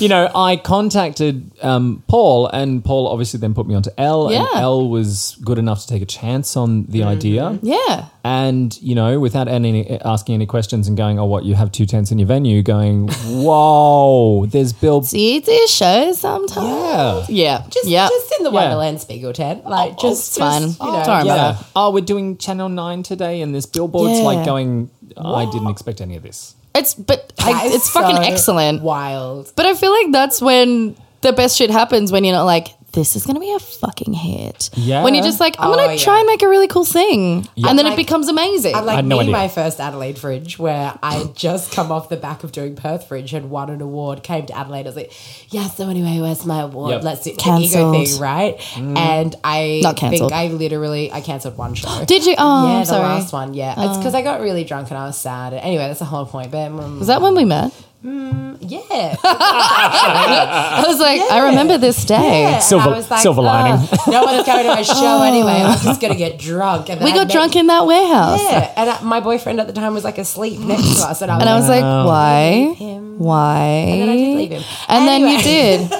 S4: you know, I contacted um, Paul, and Paul obviously then put me onto L, and
S1: Yeah.
S4: L was good enough to take a chance on the idea.
S1: yeah.
S4: And you know, without any asking any questions and going, "Oh, what you have two tents in your venue?" Going, "Whoa, there's Bill."
S1: See, it's a show sometimes.
S4: Yeah.
S1: Yeah.
S3: Just,
S1: Yep. Oh,
S3: just in the
S4: Yeah.
S3: Wonderland Spiegel tent. Like, just,
S1: it's fine.
S3: just, you know,
S1: Don't worry about
S4: Yeah. Oh, we're doing Channel Nine today, and this billboard's
S1: Yeah.
S4: like going. I didn't expect any of this.
S1: it. It's but
S3: that
S1: I,
S3: is
S1: it's fucking
S3: so
S1: excellent.
S3: Wild.
S1: But I feel like that's when the best shit happens when you're not like, this is gonna be a fucking hit.
S4: Yeah.
S1: When you're just like, I'm
S3: Oh,
S1: gonna
S3: yeah.
S1: try and make a really cool thing, and then it
S3: Like-
S1: becomes amazing.
S3: I like
S4: had no
S3: me,
S4: idea.
S3: my first Adelaide Fringe, where I had just come off the back of doing Perth Fringe, had won an award, came to Adelaide. I was like, yeah, so anyway, where's my award?
S4: Yep. Mm.
S3: Let's do it's an ego
S1: Cancelled.
S3: thing, right? And I
S1: Not
S3: think
S1: cancelled.
S3: I literally, I cancelled one show.
S1: Did you? Oh,
S3: yeah,
S1: I'm
S3: the
S1: sorry. Oh.
S3: last one, yeah. It's because I got really drunk and I was sad. Anyway, that's the whole point. But mm,
S1: Is that when we met?
S3: yeah,
S1: I was like, I remember this day.
S3: Yeah. And
S4: Silver- silver lining.
S3: "Oh, no one's going to my show anyway. I'm just going to get drunk. And then
S1: We
S3: I
S1: got
S3: met-
S1: drunk in that warehouse.
S3: Yeah, and I, my boyfriend at the time was like asleep next to us, and I was,
S1: And I
S3: like,
S1: was like, why?
S3: him.
S1: Why?
S3: and then I did leave him.
S1: And then you
S3: Anyway.
S1: did.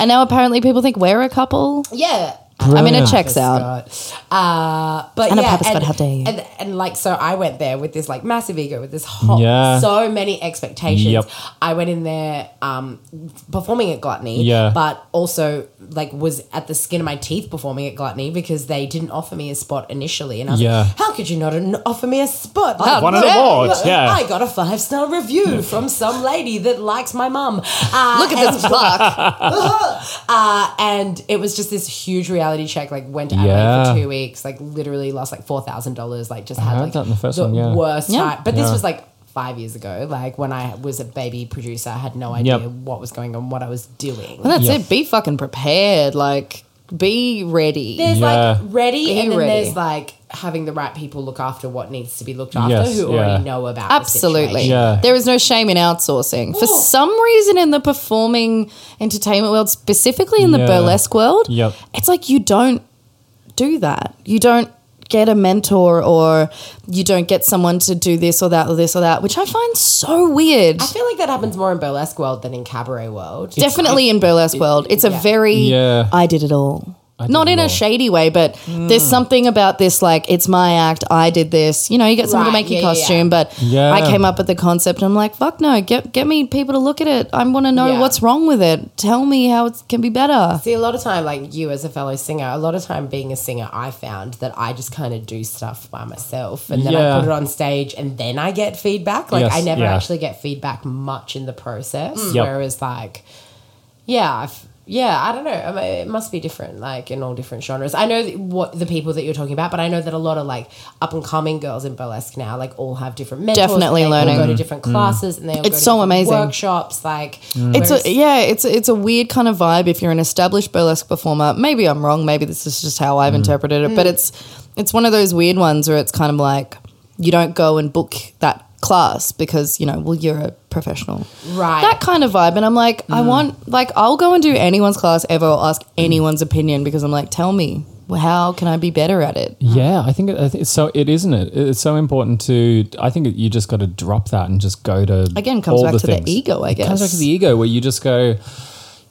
S1: and now apparently people think we're a couple.
S3: Yeah.
S1: I mean, it
S4: Brilliant.
S1: checks out.
S3: Scott. Uh, but
S1: And a
S3: yeah,
S1: Papa Scott, how dare you.
S3: And, and, like, so I went there with this like massive ego, with this whole
S4: Yeah.
S3: so many expectations.
S4: Yep.
S3: I went in there um, performing at Gluttony,
S4: Yeah.
S3: but also like was at the skin of my teeth performing at Gluttony because they didn't offer me a spot initially, and I was
S4: Yeah.
S3: like, how could you not an- offer me a spot? Like,
S4: won an
S3: yeah,
S4: award,
S3: look,
S4: yeah.
S3: I got a five star review from some lady that likes my mum. Uh,
S1: Look at this fuck.
S3: uh, and it was just this huge reality check. Like went to Adelaide
S4: Yeah.
S3: for two weeks. Like literally lost like four thousand dollars. Like just had
S4: heard
S3: like
S4: that in the first one, yeah.
S3: worst
S1: Yeah.
S3: time. But this
S4: Yeah.
S3: was like five years ago. Like when I was a baby producer, I had no idea
S4: Yep.
S3: what was going on, what I was doing.
S1: That's
S4: Yeah.
S1: it. Be fucking prepared. Like, be ready.
S3: There's
S4: Yeah.
S3: like ready,
S1: Be
S3: and then
S1: ready.
S3: there's like having the right people look after what needs to be looked after
S4: Yes,
S3: who
S4: yeah.
S3: already know about the
S1: Absolutely.
S3: situation.
S4: Yeah.
S1: There is no shame in outsourcing. For
S3: Ooh.
S1: some reason, in the performing entertainment world, specifically in the
S4: Yeah.
S1: burlesque world,
S4: Yep.
S1: it's like you don't do that. You don't get a mentor or you don't get someone to do this or that or this or that, which I find so weird.
S3: I feel like that happens more in burlesque world than in cabaret world.
S1: Definitely in burlesque world. It's a very,
S4: Yeah.
S1: I did it all.
S4: did
S1: Not
S4: it
S1: in
S4: all. Hmm.
S1: a shady way, but there's something about this like, it's my act, I did this. You know, you get someone to
S3: Right,
S1: make your
S3: yeah, yeah, yeah.
S1: costume, but
S4: Yeah.
S1: I came up with the concept and I'm like, fuck no, get get me people to look at it. I want to know
S3: Yeah.
S1: what's wrong with it. Tell me how it can be better.
S3: See, a lot of time, like you as a fellow singer, a lot of time being a singer, I found that I just kind of do stuff by myself and then
S4: Yeah.
S3: I put it on stage and then I get feedback. Like,
S4: Yes,
S3: I never
S4: yeah. Mm.
S3: actually get feedback much in the process.
S4: Yep.
S3: Whereas, like, yeah, I've, yeah, I don't know. I mean, it must be different, like in all different genres. I know that what the people that you're talking about, but I know that a lot of like up and coming girls in burlesque now, like all have different mentors. and
S1: Definitely
S3: they all
S1: learning.
S4: Mm.
S3: go to different classes and they all go to
S1: so
S3: different
S1: amazing.
S3: workshops. Like,
S4: Mm.
S1: It's
S3: whereas-
S1: a, yeah, it's a, it's a weird kind of vibe if you're an established burlesque performer. Maybe I'm wrong. Maybe this is just how
S4: Mm.
S1: I've interpreted it, but it's it's one of those weird ones where it's kind of like you don't go and book that class because you know well you're a professional
S3: Right.
S1: that kind of vibe and i'm like
S4: Mm.
S1: i want like i'll go and do anyone's class ever or ask anyone's opinion because i'm like tell me well, how can i be better at it
S4: Yeah, I think it, I think it's so. It isn't it. It's so important to. I think you just got to drop that and just go to
S1: again comes
S4: all
S1: back
S4: the
S1: to
S4: things.
S1: the ego i guess
S4: It comes back to the ego where you just go,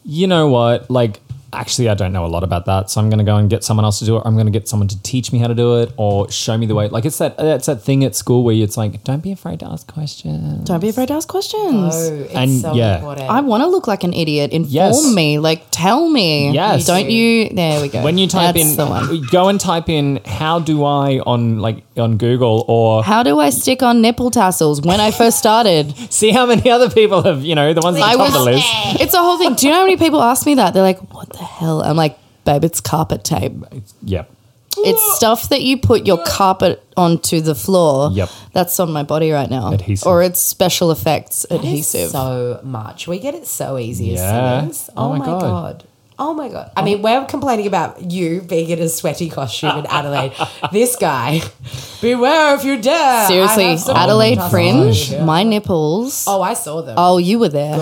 S4: you know what, like. Actually, I don't know a lot about that, so I'm going to go and get someone else to do it. I'm going to get someone to teach me how to do it, or show me the way. Like it's that that's that thing at school where it's like, don't be afraid to ask questions.
S1: don't be afraid to ask questions
S3: Oh, it's
S4: And,
S3: so
S4: yeah.
S3: important.
S1: I want to look like an idiot. Inform
S4: Yes.
S1: me. Like, tell me.
S4: Yes.
S1: Don't you? There we go.
S4: When you type
S1: That's
S4: in,
S1: the one.
S4: go and type in, how do I on like on Google or
S1: How do I stick on nipple tassels? When I first started,
S4: see how many other people have you know the ones at
S1: I
S4: the top of the
S1: was-
S4: list.
S1: it's a whole thing. Do you know how many people ask me that? They're like, "What the hell?" I'm like, "Babe, it's carpet tape."
S4: Yep.
S1: It's stuff that you put your carpet onto the floor.
S4: Yep.
S1: That's on my body right now.
S4: Adhesive.
S1: Or it's special effects adhesive.
S3: so much. We get it so easy
S4: Yeah.
S3: as siblings. Oh, my god. Oh my god. I mean, we're complaining about you being in a sweaty costume in Adelaide. this guy, beware if you dare. I
S1: Seriously,
S3: have some
S1: Adelaide
S3: podcast
S1: Fringe,
S3: stories.
S1: my nipples. Oh.
S3: Oh, I saw them.
S1: you were there.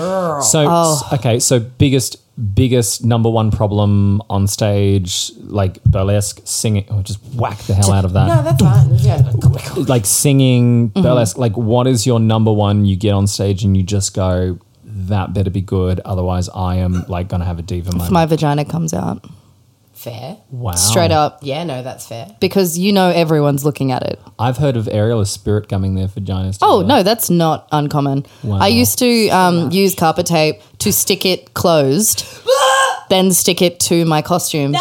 S4: So
S1: Oh.
S4: s- okay, so biggest biggest number one problem on stage, like burlesque singing. Oh, just whack the hell out of that.
S3: No, that's fine. Yeah. Oh my God.
S4: like singing
S1: Mm-hmm.
S4: burlesque. Like, what is your number one? You get on stage and you just go, "That better be good, otherwise I am like gonna have a diva moment."
S1: My vagina comes out
S3: Fair.
S4: wow,
S1: straight up
S3: Yeah, no, that's fair.
S1: because you know everyone's looking at it.
S4: I've heard of Ariel as spirit gumming their vaginas.
S1: Oh
S4: together.
S1: no, that's not uncommon. I used to um, use carpet tape to stick it closed, then stick it to my costume.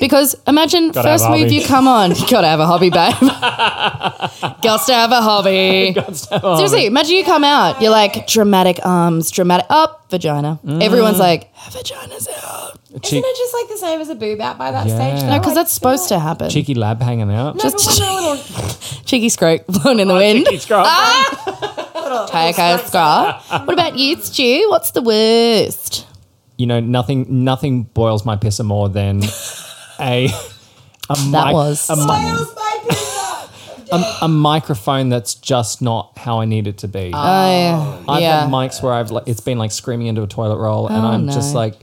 S1: Because imagine
S4: Gotta have
S1: first
S4: a
S1: move
S4: hobby.
S1: you come on, you gotta have a hobby, babe. Gots to have a hobby. Seriously, imagine you come out, you're like dramatic arms, dramatic up, vagina.
S4: Mm.
S1: Everyone's like, her vagina's out.
S3: Isn't
S4: Cheek-
S3: it just like the same as a boob out by that
S4: Yeah.
S3: stage?
S4: No,
S1: No, because that's supposed to happen.
S4: cheeky lab hanging out.
S3: just
S1: just-
S3: a little,
S1: Cheeky scrope blown in the wind.
S4: Oh, Cheeky scrub.
S1: Kayak scrub. What about you, Stu? What's the worst?
S4: you know, nothing nothing boils my pisser more than a a
S1: That
S4: mic-
S1: was.
S4: a, mi- a- a microphone that's just not how I need it to be.
S1: Oh,
S4: I've
S1: yeah.
S4: had mics where I've like it's been like screaming into a toilet roll, and
S1: Oh,
S4: I'm just
S1: no.
S4: like,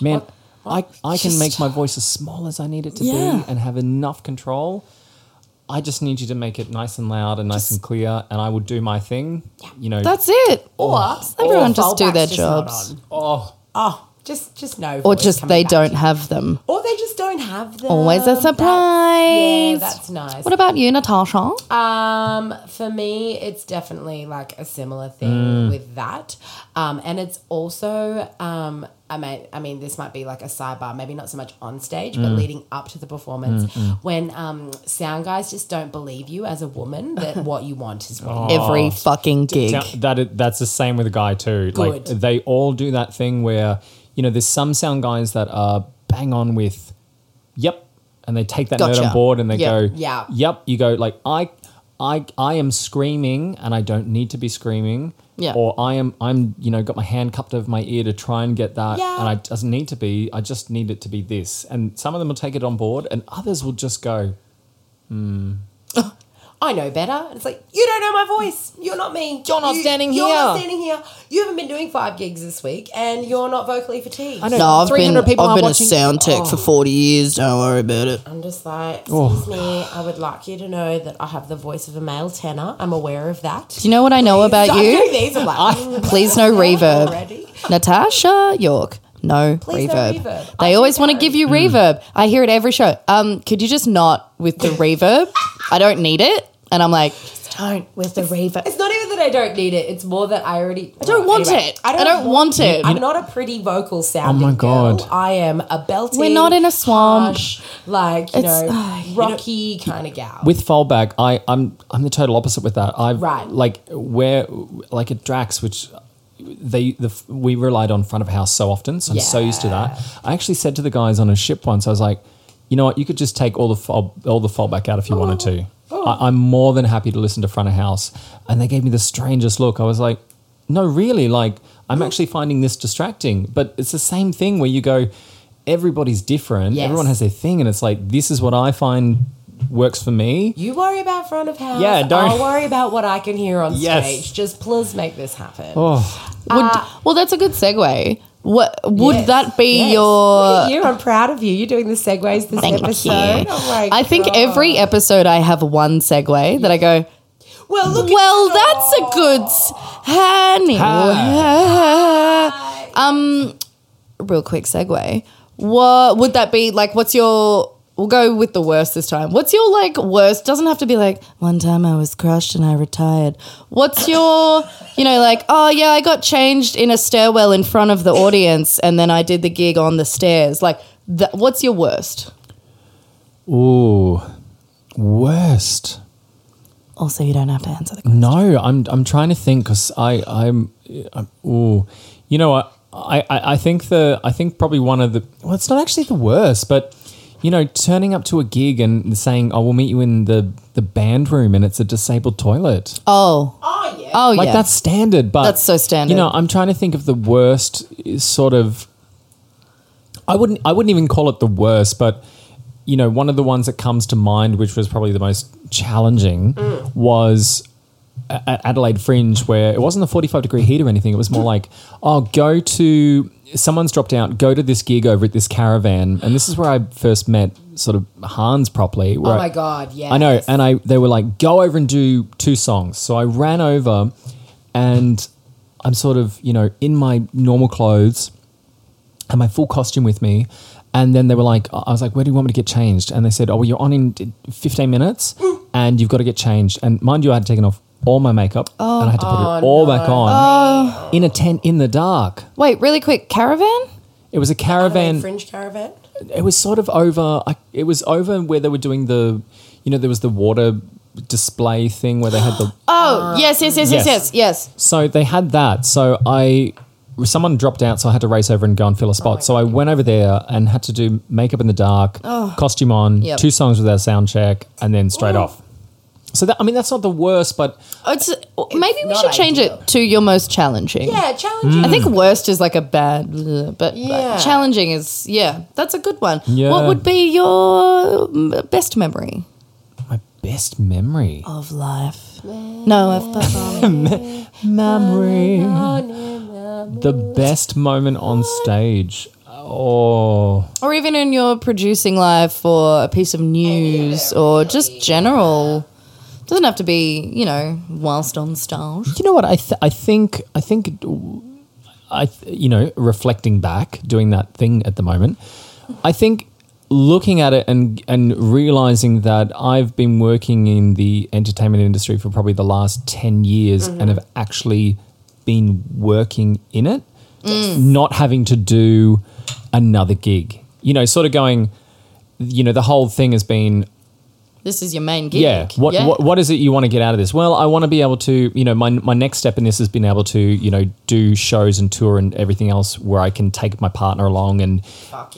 S4: man, I I can make my voice as small as I need it to
S1: Yeah.
S4: be and have enough control. I just need you to make it nice and loud and nice and clear, and I will do my thing. You know,
S1: That's it.
S3: or
S1: Everyone
S3: or
S1: just do their
S3: fallback's just not
S1: jobs.
S3: on.
S4: oh,
S3: Oh, just just no.
S1: Or
S3: voice
S1: just
S3: coming
S1: they
S3: back.
S1: don't have them.
S3: Or they just don't have them.
S1: Always a
S3: That's, yeah,
S1: surprise.
S3: that's nice.
S1: what about you, Natasha?
S3: Um, for me, it's definitely like a similar thing
S1: Mm.
S3: with that. Um, and it's also, um, I mean, I mean, this might be like a sidebar, maybe not so much on stage,
S1: Mm.
S3: but leading up to the performance, when um, sound guys just don't believe you as a woman that what you want is what
S1: Oh.
S3: you want.
S1: Every fucking gig.
S4: Sound- that is, that's the same with a guy too. Like
S3: Good.
S4: they all do that thing where you know there's some sound guys that are bang on with, yep, and they take that note
S1: Gotcha.
S4: on board and they
S1: Yeah.
S4: go,
S3: Yeah.
S4: yep. You go like I, I, I am screaming and I don't need to be screaming.
S1: Yeah.
S4: Or I am I'm you know got my hand cupped over my ear to try and get that
S3: Yeah.
S4: and I it doesn't need to be. I just need it to be this. And some of them will take it on board and others will just go.
S3: I know better. It's like, you don't know my voice. You're not me. You're
S4: not standing
S3: You're not
S4: here.
S3: standing here. You haven't been doing five gigs this week and you're not vocally fatigued. I
S1: No, I've been
S4: 300 people
S1: I've
S4: are
S1: been
S4: watching-
S1: a sound tech for forty years. Don't worry about it.
S3: I'm just like, excuse
S1: Oh.
S3: me, I would like you to know that I have the voice of a male tenor. I'm aware of that.
S1: Do you know what I know about
S3: Start
S1: you?
S3: doing these, I'm like, mm,
S1: Please no reverb.
S3: already.
S1: Natasha York. No
S3: Please no
S1: reverb.
S3: reverb. I
S1: They
S3: do
S1: always want to
S3: know.
S1: give you reverb. I hear it every show. Um, could you just not with the reverb? I don't need it. And I'm like,
S3: Don't with the reverb. It's not even that I don't need it. It's more that I already. I
S1: don't want it. I don't want it. Oh
S3: I'm not a pretty vocal sounding.
S4: my God.
S3: girl. I am a belting.
S1: We're not in a swamp.
S3: harsh, like you
S1: It's-
S3: know, rocky kind of gal.
S4: with fallback, I, I'm I'm the total opposite with that. I've
S3: Right.
S4: like where like at Drax, which they the f- we relied on front of house so often, so I'm so used to that. I actually said to the guys on a ship once, I was like, you know what, you could just take all the fall, all the fallback out if you wanted to. I, I'm more than happy to listen to front of house, and they gave me the strangest look. I was like, no, really, like I'm actually finding this distracting. But it's the same thing where you go. Everybody's different.
S3: Yes.
S4: Everyone has their thing, and it's like this is what I find works for me.
S3: you worry about front of house.
S4: Yeah, don't-
S3: I'll worry about what I can hear on
S4: Yes.
S3: stage. Just please make this happen.
S1: Oh. Would, well, that's a good segue. What would
S3: Uh, Yes.
S1: that be
S3: Yes. Look
S1: your?
S3: at you, I'm proud of you. You're doing the segues this
S1: Thank
S3: episode.
S1: you.
S3: Oh my
S1: I think
S3: God.
S1: every episode I have one segue that I go.
S3: Well, look.
S1: Well, that's a good s- honey. Um, real quick segue. What would that be like? What's your? We'll go with the worst this time. What's your like worst? Doesn't have to be like one time I was crushed and I retired. What's your? You know, like oh yeah, I got changed in a stairwell in front of the audience, and then I did the gig on the stairs. Like, that, what's your worst?
S4: Ooh, worst.
S1: Also, you don't have to answer the
S4: Mm-hmm.
S1: question.
S4: No, I'm I'm trying to think because I I'm, I'm ooh, you know what I, I I think the I think probably one of the well it's not actually the worst but you know, turning up to a gig and saying, "I will meet you in the the band room," and it's a disabled toilet.
S1: Oh. Oh yeah. Oh yeah.
S4: Like that's standard, but
S1: That's so standard.
S4: You know, I'm trying to think of the worst eh, sort of. I wouldn't. I wouldn't even call it the worst, but you know, one of the ones that comes to mind, which was probably the most challenging, was a- at Adelaide Fringe, where it wasn't a 45 degree heat or anything. It was more
S1: Mm.
S4: like, oh, go to someone's dropped out. Go to this gig over at this caravan, and this is where I first met sort of Hans properly. where
S3: Oh
S4: I-
S3: my God,
S4: I know,
S3: yes.
S4: and I they were like, go over and do two songs. So I ran over, and I'm sort of you know in my normal clothes, and my full costume with me. And then they were like, I was like, where do you want me to get changed? And they said, oh, well, you're on in d- 15 minutes, and you've got to get changed. And mind you, I had taken off all my makeup, and I had to put it all back on in a tent in the dark.
S1: Wait, really quick. Caravan?
S4: It was a caravan
S3: Fringe caravan.
S4: it was sort of over I, it was over where they were doing the you know there was the water display thing where they had the
S1: Oh, yes, yes, yes, yes, yes,
S4: Yes.
S1: yes.
S4: so they had that so i someone dropped out so i had to race over and go and fill a spot so i went over there and had to do makeup in the dark costume on
S1: Yep.
S4: two songs without a sound check and then straight off so that i mean that's not the worst but
S1: Oh, It's, maybe we
S3: not
S1: should change
S3: ideal.
S1: it to your most challenging.
S3: Yeah,
S4: Mm.
S3: challenging.
S1: I think worst is like a bad, uh, but, but
S3: Yeah.
S1: challenging is yeah. That's a good one.
S4: Yeah.
S1: What would be your mm, best memory
S4: my best memory
S1: of life? No, of performing.
S4: memory the best moment on stage oh
S1: or even in your producing life or a piece of news or just general. Doesn't have to be you know whilst on stage.
S4: You know what? I th- I think I think I th- you know reflecting back, doing that thing at the moment. I think looking at it and and realizing that I've been working in the entertainment industry for probably the last ten years and have actually been working in it, not having to do another gig. You know, sort of going. You know, the whole thing has been
S1: This is your main gig.
S4: yeah. What, what what is it you want to get out of this? Well, I want to be able to, you know, my my next step in this has been able to, you know, do shows and tour and everything else where I can take my partner along and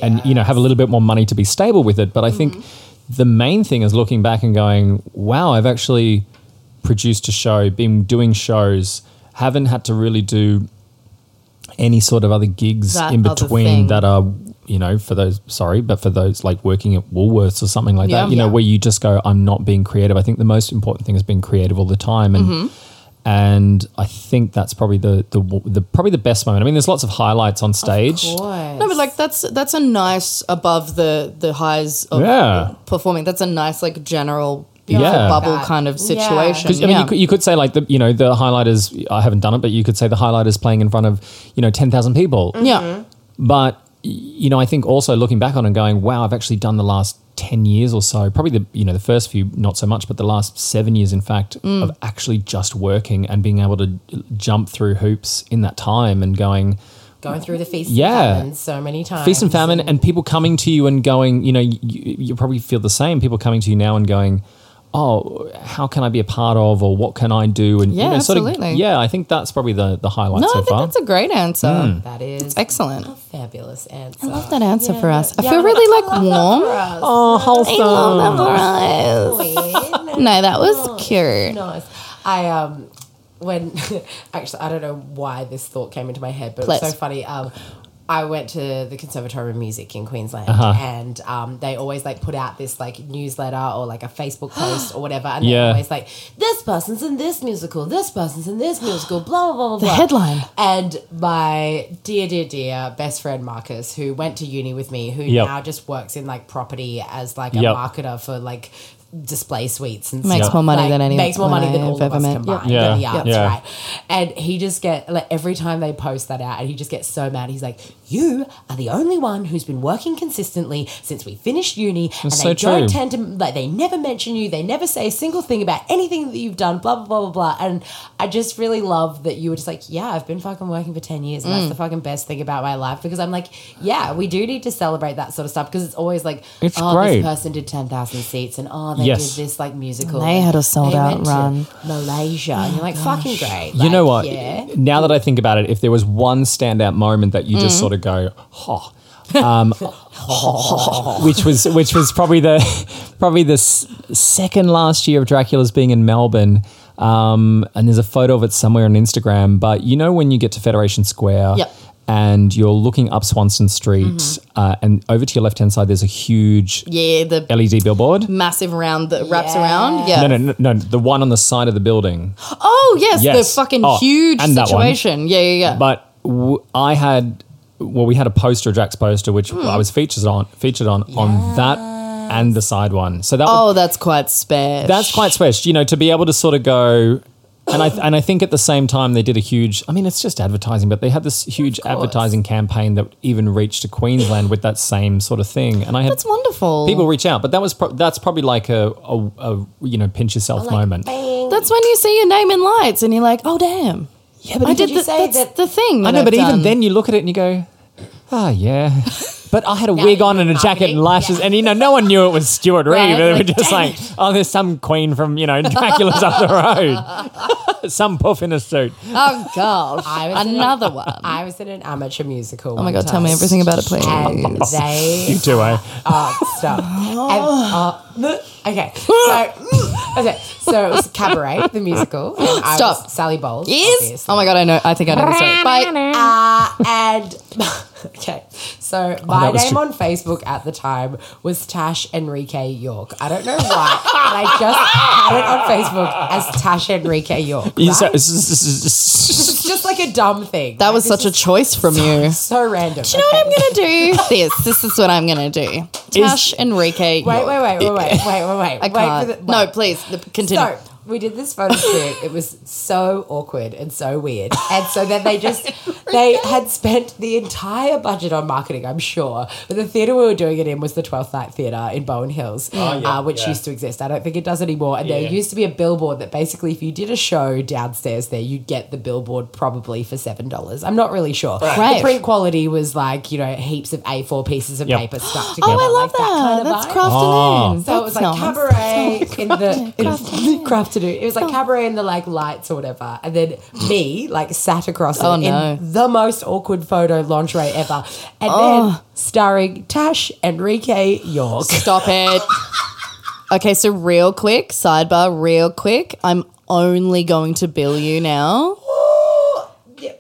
S4: and you know have a little bit more money to be stable with it. But I think
S1: Mm-hmm.
S4: the main thing is looking back and going, wow, I've actually produced a show, been doing shows, haven't had to really do any sort of other gigs
S1: That
S4: in
S1: other
S4: between
S1: thing.
S4: that are uh, you know for those sorry but for those like working at woolworths or something like
S1: Yeah.
S4: that you know
S1: Yeah.
S4: where you just go i'm not being creative i think the most important thing is being creative all the time and
S1: Mm-hmm.
S4: and i think that's probably the, the the probably the best moment i mean there's lots of highlights on stage
S1: No, but like that's that's a nice above the the highs of
S4: Yeah.
S1: performing. That's a nice like general
S4: Yeah.
S1: yeah. bubble
S3: That.
S1: kind of
S3: Yeah.
S1: situation.
S4: 'Cause, I mean,
S1: yeah.
S4: you, could, you could say like the you know the highlight is I haven't done it, but you could say the highlight is playing in front of you know ten thousand people.
S1: Yeah.
S4: but y- you know i think also looking back on and going wow i've actually done the last 10 years or so probably the you know the first few not so much but the last 7 years in fact
S1: Mm.
S4: of actually just working and being able to uh, jump through hoops in that time and going
S3: Going through the feast
S4: Yeah.
S3: and famine so many times.
S4: feast and famine and people coming to you and going you know you, you probably feel the same people coming to you now and going oh how can i be a part of or what can i do and
S1: Yeah,
S4: you know
S1: absolutely.
S4: sort of yeah i think that's probably the the highlight
S1: No,
S4: so
S1: I think
S4: far Hmm.
S1: that's a great answer.
S3: That is
S1: Excellent.
S3: a fabulous answer.
S1: I love that answer for us. I feel really like warm.
S4: oh wholesome
S1: Love
S3: Queen.
S1: us. No, that was cute.
S3: nice. I um when actually I don't know why this thought came into my head, but it's
S1: Please.
S3: so funny. Um I went to the Conservatory of Music in Queensland and um, they always like put out this like newsletter or like a Facebook post or whatever and
S4: Yeah.
S3: they're always like this person's in this musical, this person's in this musical, blah blah blah blah
S1: The
S3: blah.
S1: headline.
S3: And my dear, dear, dear best friend Marcus, who went to uni with me, who
S4: Yep.
S3: now just works in like property as like a
S4: Yep.
S3: marketer for like display suites and
S1: Makes
S3: stuff.
S1: more money than any-
S3: makes more money than
S1: I've
S3: all of
S1: ever
S3: us
S1: met.
S3: combined
S4: Yeah.
S3: in the
S4: Yeah.
S3: arts,
S4: Yeah.
S3: right? And he just get like every time they post that out, and he just gets so mad. He's like, "You are the only one who's been working consistently since we finished uni, and
S4: That's
S3: they
S4: so
S3: don't
S4: true.
S3: tend to like they never mention you, they never say a single thing about anything that you've done, blah blah blah blah blah." And I just really love that you were just like, "Yeah, I've been fucking working for ten years, and
S1: Mm.
S3: that's the fucking best thing about my life." Because I'm like, "Yeah, we do need to celebrate that sort of stuff because it's always like,
S4: It's
S3: oh,
S4: great.
S3: this person did ten thousand seats, and oh, they
S4: Yes.
S3: did this like musical,
S1: They had a sold-out
S3: went to
S1: run. Oh,
S3: Malaysia, and you're like, fucking great.
S4: you know what?
S3: Like, Yeah. Mm.
S4: Now that I think about it, if there was one standout moment that you just sort of go, "Oh, um, which was which was probably the probably the s- second last year of Dracula's being in Melbourne. Um, and there's a photo of it somewhere on Instagram. But you know when you get to Federation Square.
S1: Yep.
S4: And you're looking up Swanston Street,
S3: Mm-hmm.
S4: uh, and over to your left hand side, there's a huge
S1: Yeah, the
S4: LED billboard.
S1: massive round that wraps around. Yeah.
S4: No, no, no, no, the one on the side of the building.
S1: Oh yes,
S4: Yes.
S1: the fucking
S4: Oh,
S1: huge
S4: and that one.
S1: situation. Yeah, yeah, yeah.
S4: But w- I had, well, we had a poster, a Drax poster, which
S1: Hmm.
S4: I was featured on, featured on, on that and the side one. So that was-
S1: oh, that's quite spare.
S4: that's quite swished, you know, to be able to sort of go. And I, and I think at the same time they did a huge I mean it's just advertising but they had this huge advertising campaign that even reached to Queensland with that same sort of thing and I had
S1: that's wonderful.
S4: people reach out but that was pro- that's probably like a, a, a you know pinch yourself moment
S1: that's when you see your name in lights and you're like, oh damn. Yeah, but I
S3: did
S1: did
S3: you
S1: the,
S3: say
S1: that's
S3: that-
S1: the thing.
S4: I
S1: that
S4: know,
S1: I've
S4: but
S1: done.
S4: even then, you look at it and you go, "Ah, yeah." But I had a wig on and a jacket and lashes, and you know, no one knew it was Stuart Reed.
S1: Right,
S4: they were
S1: like,
S4: just like, "Oh, there's some queen from you know Dracula's up the road, some puff in a suit."
S1: oh gosh,
S3: I was in a- Oh
S1: another one.
S3: I was in an amateur musical.
S1: Oh my god, tell me everything about it, please.
S3: And they
S4: You do, eh?
S3: oh, stop.
S1: Oh.
S3: And, uh, okay, so okay, so it was cabaret, the musical. and I was
S1: Stop.
S3: Sally Bowles.
S1: Yes.
S3: obviously.
S1: Oh my god, I know. I think I know the story. Bye.
S3: Uh, and okay, so my
S4: Oh, that was
S3: name
S4: too-
S3: on Facebook at the time was Tash Enrique York. I don't know why, but I just had it on Facebook as Tash Enrique York.
S4: You
S3: right?
S4: so- s- s- s- s-
S3: It's just like a dumb thing.
S1: That was such a
S3: choice.
S1: choice from you.
S3: so random.
S1: Do you know what I'm gonna do? This. This is what I'm gonna do. Tash Enrique.
S3: Wait, wait, wait, wait, wait, wait, wait, wait.
S1: I
S3: wait
S1: can't.
S3: For the, wait.
S1: No, please the, continue.
S3: So we did this photo shoot. It was so awkward and so weird. And so then they just they had spent the entire budget on marketing, I'm sure. But the theatre we were doing it in was the Twelfth Night Theatre in Bowen Hills,
S1: Oh,
S4: yeah,
S3: uh, which
S4: yeah.
S3: used to exist. I don't think it does anymore. And
S4: Yeah.
S3: there used to be a billboard that basically, if you did a show downstairs there, you'd get the billboard probably for seven dollars. I'm not really sure.
S1: Right.
S3: The print quality was like you know heaps of A4 pieces of
S4: Yep.
S3: paper stuck
S1: Oh,
S3: together.
S1: I love
S3: like kind
S1: that.
S3: of
S1: That's
S3: vibe.
S1: crafting.
S3: So it was like cabaret in the in the craft to do. It was
S4: Oh.
S3: like cabaret in the like lights or whatever, and then me like sat across
S1: Oh,
S3: it
S1: no.
S3: in the most awkward photo lingerie ever, and
S4: Oh.
S3: then starring Tash Enrique York.
S1: Stop it. Okay, so real quick, sidebar, real quick. I'm only going to bill you now.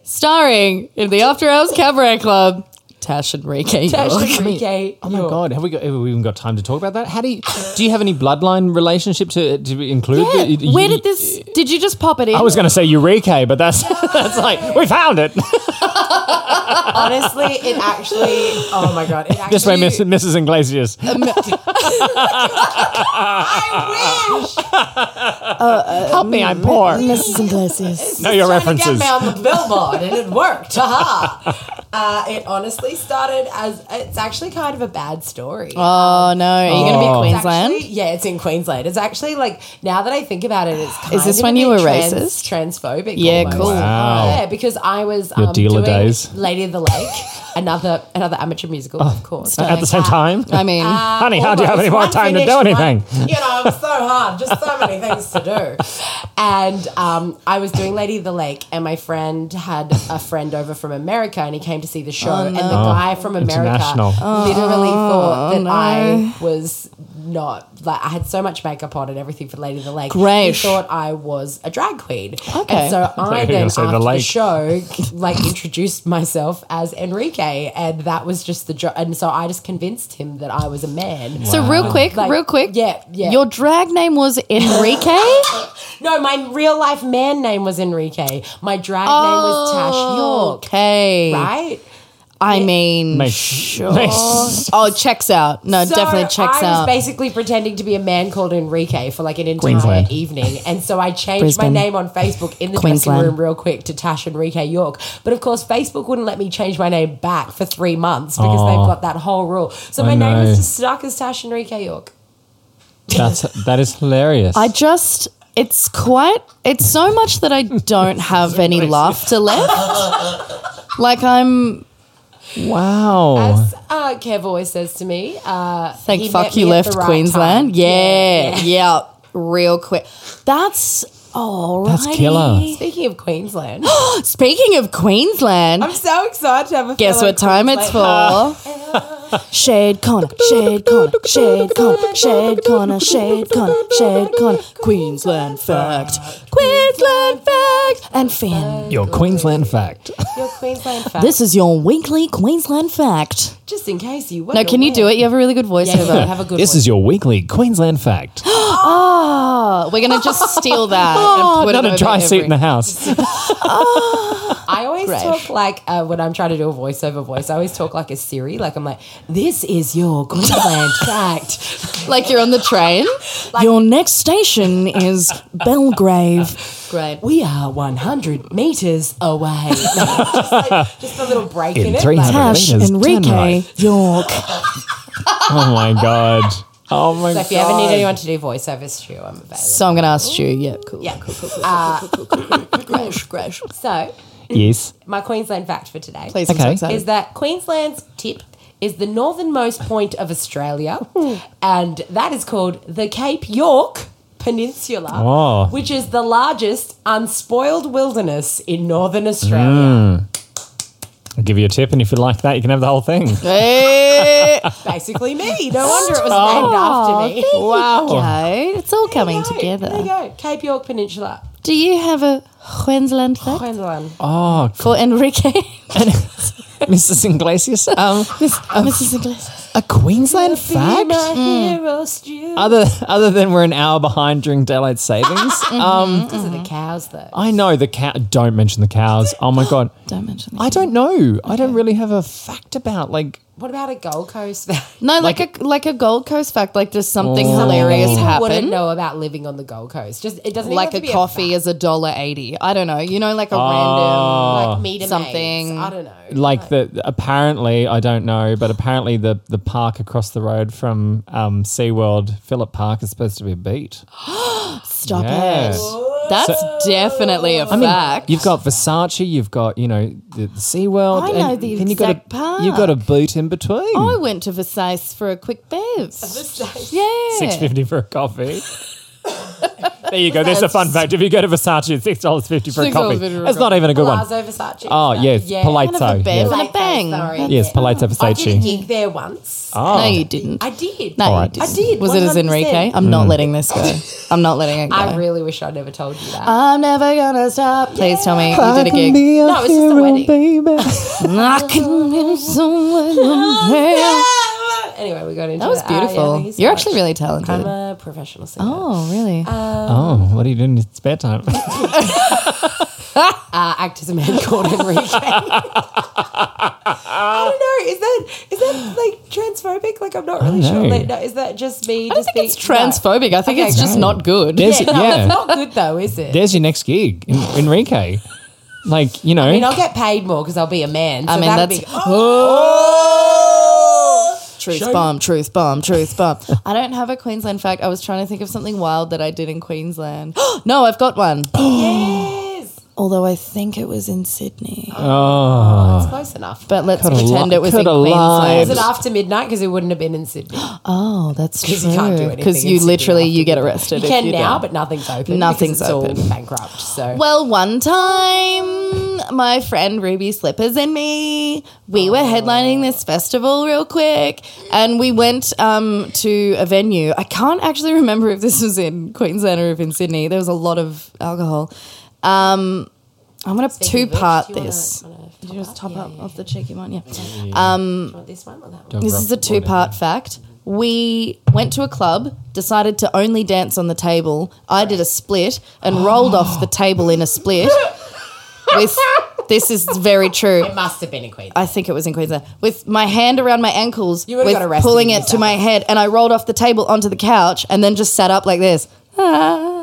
S1: Starring in the After Hours Cabaret Club, Tash Enrique.
S3: Tash
S1: York.
S3: Enrique.
S4: Oh my
S3: York.
S4: god! Have we got? Have we even got time to talk about that? How do you? Do you have any bloodline relationship to to include?
S1: Yeah.
S4: You- you-
S1: Where did this? Did you just pop it in?
S4: I was going to say Eureka, but that's that's like we found it.
S3: Honestly, it actually. Oh my god! It actually,
S4: This way, Miss, Mrs. Iglesias.
S1: Um,
S4: Help me! I'm poor.
S1: Mrs. Iglesias.
S4: Know your
S3: trying to
S4: references.
S3: get me on the billboard and it worked. Haha. Uh, it honestly started as it's actually kind of a bad story.
S1: Oh no, are you going to be
S3: It's
S1: Queensland?
S3: actually- yeah, it's in Queensland. It's actually like now that I think about it, it's kind
S1: Is this
S3: of a
S1: when you
S3: bit
S1: were
S3: trans-
S1: racist?
S3: transphobic.
S1: Yeah,
S3: almost. Oh,
S1: cool.
S4: Wow.
S3: Yeah, because I was
S4: Your
S3: um, doing
S4: dealer days. Oh,
S3: Lady of the Lake, another another amateur musical, of course.
S4: At the same time,
S1: uh, I mean,
S4: honey, how do you have any more
S3: Almost.
S4: time to do
S3: One finished,
S4: anything?
S3: one- you know, I'm so hard. Just so many things to do. And um, I was doing Lady of the Lake, and my friend had a friend over from America, and he came to see the
S1: Oh,
S3: show. And the guy from America
S4: International.
S3: literally thought
S1: Oh,
S3: that I was not like I had so much makeup on and everything for Lady of the Lake. He
S1: Great.
S3: thought I was a drag queen.
S1: Okay.
S3: And so I
S4: you
S3: then
S4: were gonna say
S3: after
S4: the
S3: the,
S4: lake.
S3: show like introduced myself as Enrique, and that was just the joke. And so I just convinced him that I was a man.
S1: so real quick,
S3: Like,
S1: real quick.
S3: yeah, yeah.
S1: Your drag name was Enrique.
S3: No, my real life man name was Enrique. My drag
S1: Oh.
S3: name was Tash York.
S1: Okay.
S3: Right?
S1: I mean,
S4: Makes- makes-
S1: oh, checks out. No,
S3: So
S1: definitely checks
S3: I was
S1: out.
S3: basically pretending to be a man called Enrique for like an entire
S4: Queensland.
S3: evening, and so I changed
S1: Brisbane.
S3: my name on Facebook in the
S1: Queensland.
S3: dressing room real quick to Tash Enrique York. But of course, Facebook wouldn't let me change my name back for three months because
S4: Aw.
S3: they've got that whole rule. So my
S4: I
S3: name
S4: know.
S3: was just stuck as Tash Enrique York.
S4: That's that is hilarious.
S1: I just it's quite it's so much that I don't have any laughter left. Like I'm
S4: wow.
S3: As uh, Kev always says to me, uh,
S1: thank
S3: he
S1: fuck
S3: met
S1: you
S3: me at the
S1: left
S3: right
S1: Queensland.
S3: time.
S1: Yeah, yeah. Real quick. That's
S3: All right.
S4: That's killer.
S3: Speaking of Queensland,
S1: Speaking of Queensland,
S3: I'm so excited to have a
S1: guess
S3: fellow
S1: what time it's
S3: Queenslander.
S1: for? Shade corner, shade corner, shade corner, shade corner, shade corner, shade corner. Queensland fact, Queensland fact, and Finn.
S4: Your Queensland fact.
S3: Your Queensland fact.
S1: This is your weekly Queensland fact.
S3: just in case you were
S1: No, can you do it? You have a really good
S3: Yeah,
S1: voiceover.
S3: yeah, have a good
S4: This
S3: one.
S4: is your weekly Queensland fact.
S1: Oh, we're gonna just steal that and put
S4: Not
S1: it
S4: a dry
S1: over
S4: suit in
S1: every-
S4: the house.
S3: I always talk like uh, when I'm trying to do a voiceover voice. I always talk like a Siri. Like I'm like, this is your Queensland fact.
S1: Like you're on the train. Your next station is Belgrave. Great.
S3: We are 100 meters away. just, like, just a little break in,
S4: In
S3: it.
S4: 300
S3: like,
S1: Tash
S4: Belgrave is
S1: Enrique
S4: turn right.
S1: York.
S4: Oh my god. Oh my
S3: so if you ever need anyone to do voiceovers, Stu, I'm available.
S1: So I'm gonna ask you. Yeah, cool. Uh,
S3: Yeah, cool, cool, cool.
S1: Gresh, gresh.
S3: So
S4: Yes.
S3: my Queensland fact for today
S1: Please, I'm so
S4: Okay.
S1: excited.
S3: is that Queensland's tip is the northernmost point of Australia, and that is called the Cape York Peninsula,
S4: Oh.
S3: which is the largest unspoiled wilderness in northern
S1: Mm.
S3: Australia.
S4: I'll give you a tip, and if you like that, you can have the whole thing.
S1: Hey,
S3: Basically, me. No wonder it was named after me.
S1: wow. It's all coming together.
S3: There you go, Cape York Peninsula,
S1: Do you have a Queensland fact
S3: Queensland.
S4: Oh,
S1: for Enrique?
S4: Mrs. Iglesias, um,
S1: Mrs. Iglesias.
S4: a Queensland fact.
S3: My
S1: Mm.
S3: hero, Stu.
S1: Uh,
S4: Other other than we're an hour behind during daylight savings,
S1: Mm-hmm.
S4: um,
S3: Those are the cows, though.
S4: I know the cat. Don't mention the cows. Oh my god,
S1: Don't mention that.
S4: I don't know. I don't really have a fact about like.
S3: What about a Gold Coast? fact?
S1: No, like, Oh. a like a Gold Coast fact, like just something hilarious
S3: People wouldn't
S1: happened.
S3: know about living on the Gold Coast. Just it doesn't even
S1: Like
S3: have to
S1: a Oh.
S3: be
S1: coffee is a dollar eighty. I don't know. You know, like a random.
S3: fact. like meet something.
S1: Ah, something-
S3: I don't know.
S4: Like the apparently I don't know, but apparently the the park across the road from um, SeaWorld, Phillip Park, is supposed to be a beat.
S1: Stop
S4: Yeah.
S1: it. That's definitely a
S4: I mean,
S1: fact.
S4: you've got Versace, you've got you know the, the SeaWorld.
S1: I know the
S4: you got a,
S1: exact park.
S4: You've got a boot in between.
S1: I went to Versailles for a quick bev. Yeah.
S4: Six fifty for a coffee. there you go. There's a fun fact. If you go to Versace, it's six dollars fifty for a
S1: $6.50
S4: coffee.
S1: for a
S4: That's not even a good one.
S3: Palazzo Versace.
S1: Ah,
S4: Oh
S3: Versace.
S4: yes,
S3: Yeah.
S1: Kind of a
S4: Palazzo.
S1: bev
S4: Yes,
S1: and a bang.
S3: Sorry.
S4: yes Palazzo
S3: I did a
S4: Versace.
S3: gig there once.
S4: Oh.
S1: No, you didn't.
S3: I did.
S1: no,
S4: Alright.
S1: you
S3: I
S1: didn't.
S3: did.
S1: Was it as
S3: 100%.
S1: Enrique? I'm not letting this go. I'm not letting it go.
S3: I really wish I never told you that.
S1: I'm never gonna stop. Please tell me you did a gig.
S3: no, it's just a wedding.
S1: I can be someone else.
S3: Oh, Anyway, we got into
S1: That was
S3: Ah, yeah,
S1: beautiful.
S3: thank you so
S1: You're
S3: much.
S1: actually really talented.
S3: I'm a professional singer.
S1: oh, really?
S4: Oh, what are you doing in your spare time?
S3: Uh, act as a man called Enrique. I don't know. Is that is that like transphobic? Like I'm not really
S4: don't
S3: sure.
S4: know.
S3: Like, no, is that just me?
S1: I don't
S3: just
S1: think it's
S3: being- no.
S1: transphobic. I think
S3: Okay,
S1: it's just
S3: great.
S1: not good.
S4: There's,
S3: Yeah, no,
S4: yeah,
S3: it's not good though, is it?
S4: there's your next gig, En- Enrique. Like you know,
S3: I mean, I'll get paid more because I'll be a man. So
S1: I mean,
S3: that'll
S1: that's
S3: be,
S1: Truth bomb, truth bomb, truth bomb. I don't have a Queensland fact. I was trying to think of something wild that I did in Queensland. no, I've got one.
S3: oh, yes,
S1: Although I think it was in Sydney.
S4: oh,
S3: it's close enough.
S1: But let's
S4: Coulda
S1: pretend
S4: li-
S1: it was in
S4: coulda
S3: Is
S4: lied.
S1: Queensland.
S3: it after midnight? Because it wouldn't have been in Sydney.
S1: Oh, that's true.
S3: 'Cause you can't do anything
S1: Because
S3: in
S1: you
S3: Sydney
S1: literally
S3: after
S1: you get arrested.
S3: You
S1: if
S3: can
S1: you
S3: now,
S1: don't.
S3: but nothing's open. because
S1: Nothing's
S3: it's
S1: open.
S3: All bankrupt. So
S1: Well, one time, my friend Ruby Slippers and me, we were headlining this festival real quick, and we went um, to a venue. I can't actually remember if this was in Queensland or if in Sydney. There was a lot of alcohol. Um, I'm gonna two
S3: of which,
S1: part
S3: do you wanna-
S1: this.
S3: wanna top
S1: Did you just
S3: up?
S1: top
S3: Yeah,
S1: up
S3: yeah,
S1: off the cheeky one? Yeah.
S3: do you want this one or that one?
S4: Don't
S1: This
S4: rock
S1: is a
S4: the
S1: two
S4: boat.
S1: part fact. We went to a club, decided to only dance on the table. I did a split and rolled off the table in a split. With this is very true.
S3: It must have been in Queensland.
S1: I think it was in Queensland. With my hand around my ankles,
S3: You would've
S1: with
S3: got arrested
S1: pulling
S3: in New
S1: it to
S3: South
S1: my head, and I rolled off the table onto the couch, and then just sat up like this.
S4: So-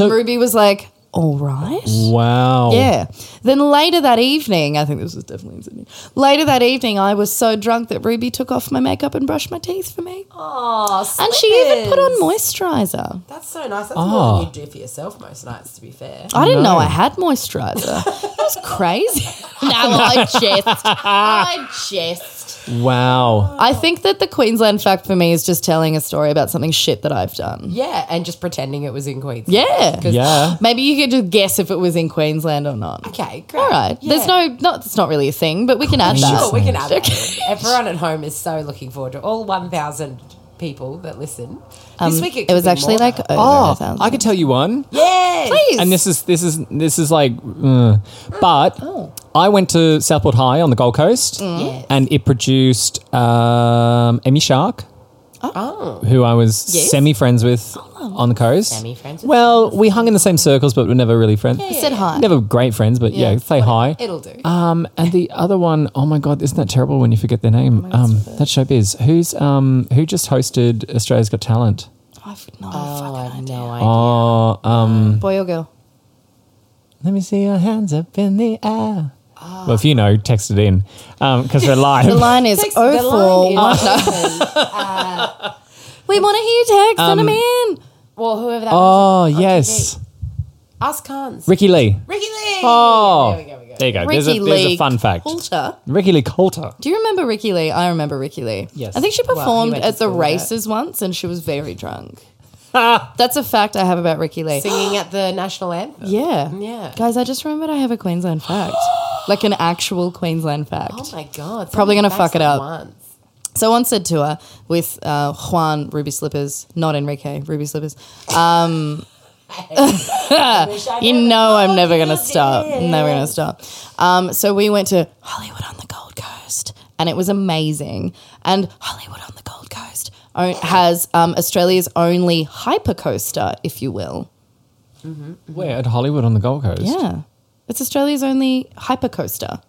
S1: and Ruby was like, "All right."
S4: Wow.
S3: Oh.
S1: Yeah. Then later that evening, I think this was definitely in Sydney. Later that evening, I was so drunk that Ruby took off my makeup and brushed my teeth for me.
S3: Oh,
S1: and she Oh. even put on moisturizer.
S3: That's so nice. That's
S4: Ah.
S3: more than you do for yourself most nights, to be fair.
S1: I didn't know I had moisturizer. That was crazy. no, I jest. I jest.
S4: Wow.
S1: I think that the Queensland fact for me is just telling a story about something shit that I've done.
S3: Yeah, and just pretending it was in Queens.
S1: Yeah.
S4: Yeah.
S1: Maybe you could just guess if it was in Queensland or not.
S3: Okay, great.
S1: All right. There's no, not, it's not really a thing, but we can add that.
S3: Sure, we can add that. in. Everyone at home is so looking forward to all 1,000 people that listen. this week it,
S1: Um, It was actually like over a
S4: Oh,
S1: thousand.
S4: I could tell you one.
S3: yeah.
S4: And this is this is this is like, uh, but I went to Southport High on the Gold Coast,
S3: Mm.
S4: and it produced um, Emmy Shark,
S3: Oh.
S4: who I was semi friends with on the coast.
S3: Semi-friends with
S4: Well, we hung in the same circles, but we're never really friends.
S1: I said hi.
S4: Never great friends, but yeah, say hi.
S3: It'll do.
S4: Um, and the other one, oh my god, isn't that terrible when you forget their
S3: Oh
S4: name? um, that showbiz. Who's um who just hosted Australia's Got Talent?
S1: I've not
S3: oh, I have no idea.
S4: Oh, um,
S1: Boy or girl?
S4: let me see your hands up in the air. Well, if you know, text it in because we're live.
S1: The line is
S3: Ah. The line
S1: 04.
S3: is open.
S1: Oh. We want to hear your text. Send
S4: Um,
S1: them in.
S3: well, whoever that was.
S4: oh yes,
S3: Us cons.
S4: Ricky Lee.
S3: Ricky Lee.
S4: Oh,
S3: There we go, we go.
S4: there you go.
S1: Ricky
S4: There's a, there's
S1: Lee.
S4: a fun fact.
S1: Coulter.
S4: Ricky Lee Coulter.
S1: Do you remember Ricky Lee? I remember Ricky Lee.
S4: Yes.
S1: I think she
S3: he
S1: performed
S3: went to
S1: at the
S3: school with her.
S1: races once and she was very drunk. That's a fact I have about Ricky Lee.
S3: Singing at the national anthem.
S1: Yeah.
S3: Yeah.
S1: Guys, I just remembered I have a Queensland fact. like an actual Queensland fact.
S3: Oh my god!
S1: Probably gonna
S3: somebody
S1: fuck it
S3: backs
S1: up.
S3: Once.
S1: So on said tour with uh, Juan Ruby Slippers, not Enrique, Ruby Slippers. Um, you know I'm never going to stop. Never going to stop. Um, so we went to Hollywood on the Gold Coast and it was amazing. And Hollywood on the Gold Coast own, has um, Australia's only hypercoaster, if you will.
S4: We're at Hollywood on the Gold Coast.
S1: Yeah. It's Australia's only hypercoaster.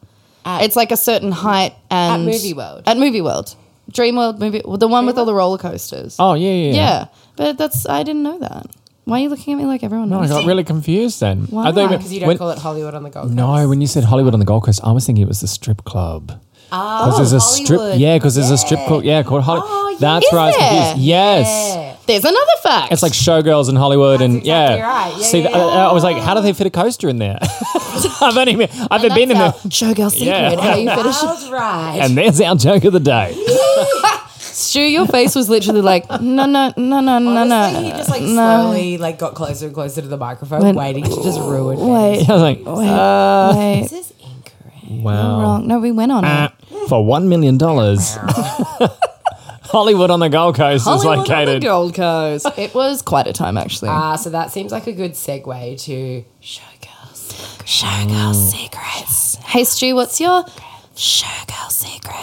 S1: it's like a certain height and
S3: At Movie World.
S1: At Movie World. Dream World movie well, the one with all the roller coasters.
S4: Oh yeah, yeah.
S1: yeah. But that's I didn't know that. Why are you looking at me like everyone
S4: No, I
S1: knows?
S4: got really confused then.
S1: Why?
S4: I thought
S3: Because you don't
S4: when-
S3: call it Hollywood on the Gold Coast.
S4: No, when you said Hollywood on the Gold Coast, I was thinking it was the strip club. Oh, there's a strip,
S3: Hollywood.
S4: yeah, because there's a strip club, yeah, called Hollywood. That's
S1: Is
S4: where I was
S1: there?
S4: confused. Yes,
S1: There's another fact.
S4: it's like showgirls in Hollywood, and
S3: exactly
S4: yeah.
S3: right. Yeah,
S4: See,
S3: yeah,
S4: I- I, I was like, how do they fit a coaster in there? I've only been, I've
S1: And
S4: been in there.
S1: that's our Showgirl secret.
S4: Yeah.
S1: How you finish
S3: Wild ride.
S4: And there's our joke of the day.
S1: Stu, your face was literally like, no, no, no, no, no,
S3: Honestly,
S1: no.
S3: he just like slowly like got closer and closer to the microphone,
S1: Went-
S3: waiting to just ruin. it.
S1: Wait,
S4: I was like,
S1: wait, wait.
S3: This is incorrect.
S4: wow. Uh,
S1: Wrong. No, we went on
S4: Ah,
S1: it.
S4: For one million dollars, Hollywood on the Gold Coast
S1: Hollywood
S4: is
S1: Oh, on the
S4: located.
S1: Gold Coast. It was quite a time actually.
S3: Ah, so that seems like a good segue to showgirls.
S1: Showgirl secrets. Hey Stu, what's your showgirl secret?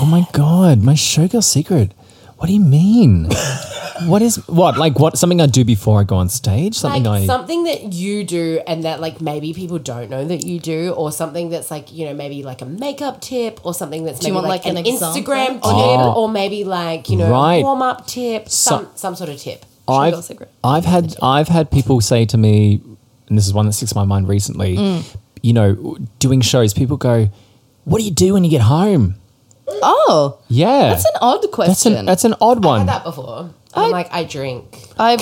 S4: Oh my god, my showgirl secret. What do you mean? what is what? Like what? Something I do before I go on stage? Something
S3: Like
S4: I
S3: something that you do, and that like maybe people don't know that you do, or something that's like you know maybe like a makeup tip, or something that's
S1: you
S3: maybe
S1: want,
S3: like,
S1: like, an
S3: an,
S1: example?
S3: Instagram tip, or maybe like you know
S4: Oh. Right. Um,
S3: warm up tip, some some sort of tip.
S4: I've,
S1: secret.
S4: I've had I've had people say to me, and this is one that sticks in my mind recently.
S1: Mm.
S4: You know, doing shows, people go, "What do you do when you get home?"
S1: Oh,
S4: Yeah,
S1: that's an odd
S4: that's an
S1: question.
S4: that's an odd
S3: I
S4: one.
S3: had that before. And I'm like I drink.
S1: I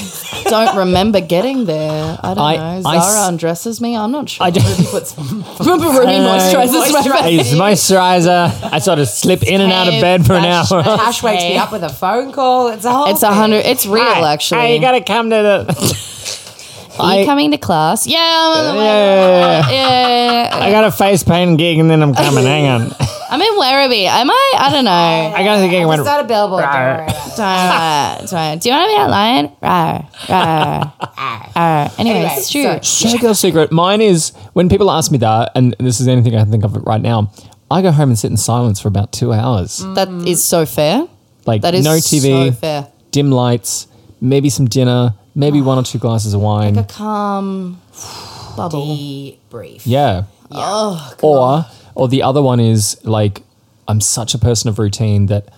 S1: don't remember getting there. I don't
S4: I-
S1: know. Zara
S4: I s-
S1: undresses me. I'm not sure.
S4: I do-
S3: Puts
S1: remember Ruby moisturizes my face.
S4: It's moisturizer. I sort of slip in and out of bed for an hour.
S3: Ash wakes me up with a phone call. It's a whole.
S1: It's a hundred. It's real,
S4: Hey,
S1: actually.
S4: hey, you gotta come to the.
S1: Are you
S4: I-
S1: coming to class? Yeah, I'm on the way. Uh,
S4: Yeah,
S1: Yeah.
S4: I got a face paint gig and then I'm coming. Hang on.
S1: I'm in Werribee. Am I? I don't know.
S4: I gotta think. I went.
S3: It's not a billboard. Don't worry about it.
S1: Don't know. Don't know. Do you want to be online? Rawr, rawr, rawr. Anyway,
S3: Anyway,
S1: it's true.
S3: so-
S4: Showgirl secret. Mine is when people ask me that, and this is the only thing I can think of right now. I go home and sit in silence for about two hours.
S1: That is so fair.
S4: Like
S1: That is
S4: no TV,
S1: so fair.
S4: dim lights, maybe some dinner, maybe one or two glasses of wine.
S1: Calm bubble.
S3: Brief.
S4: yeah. or or the other one is like I'm such a person of routine that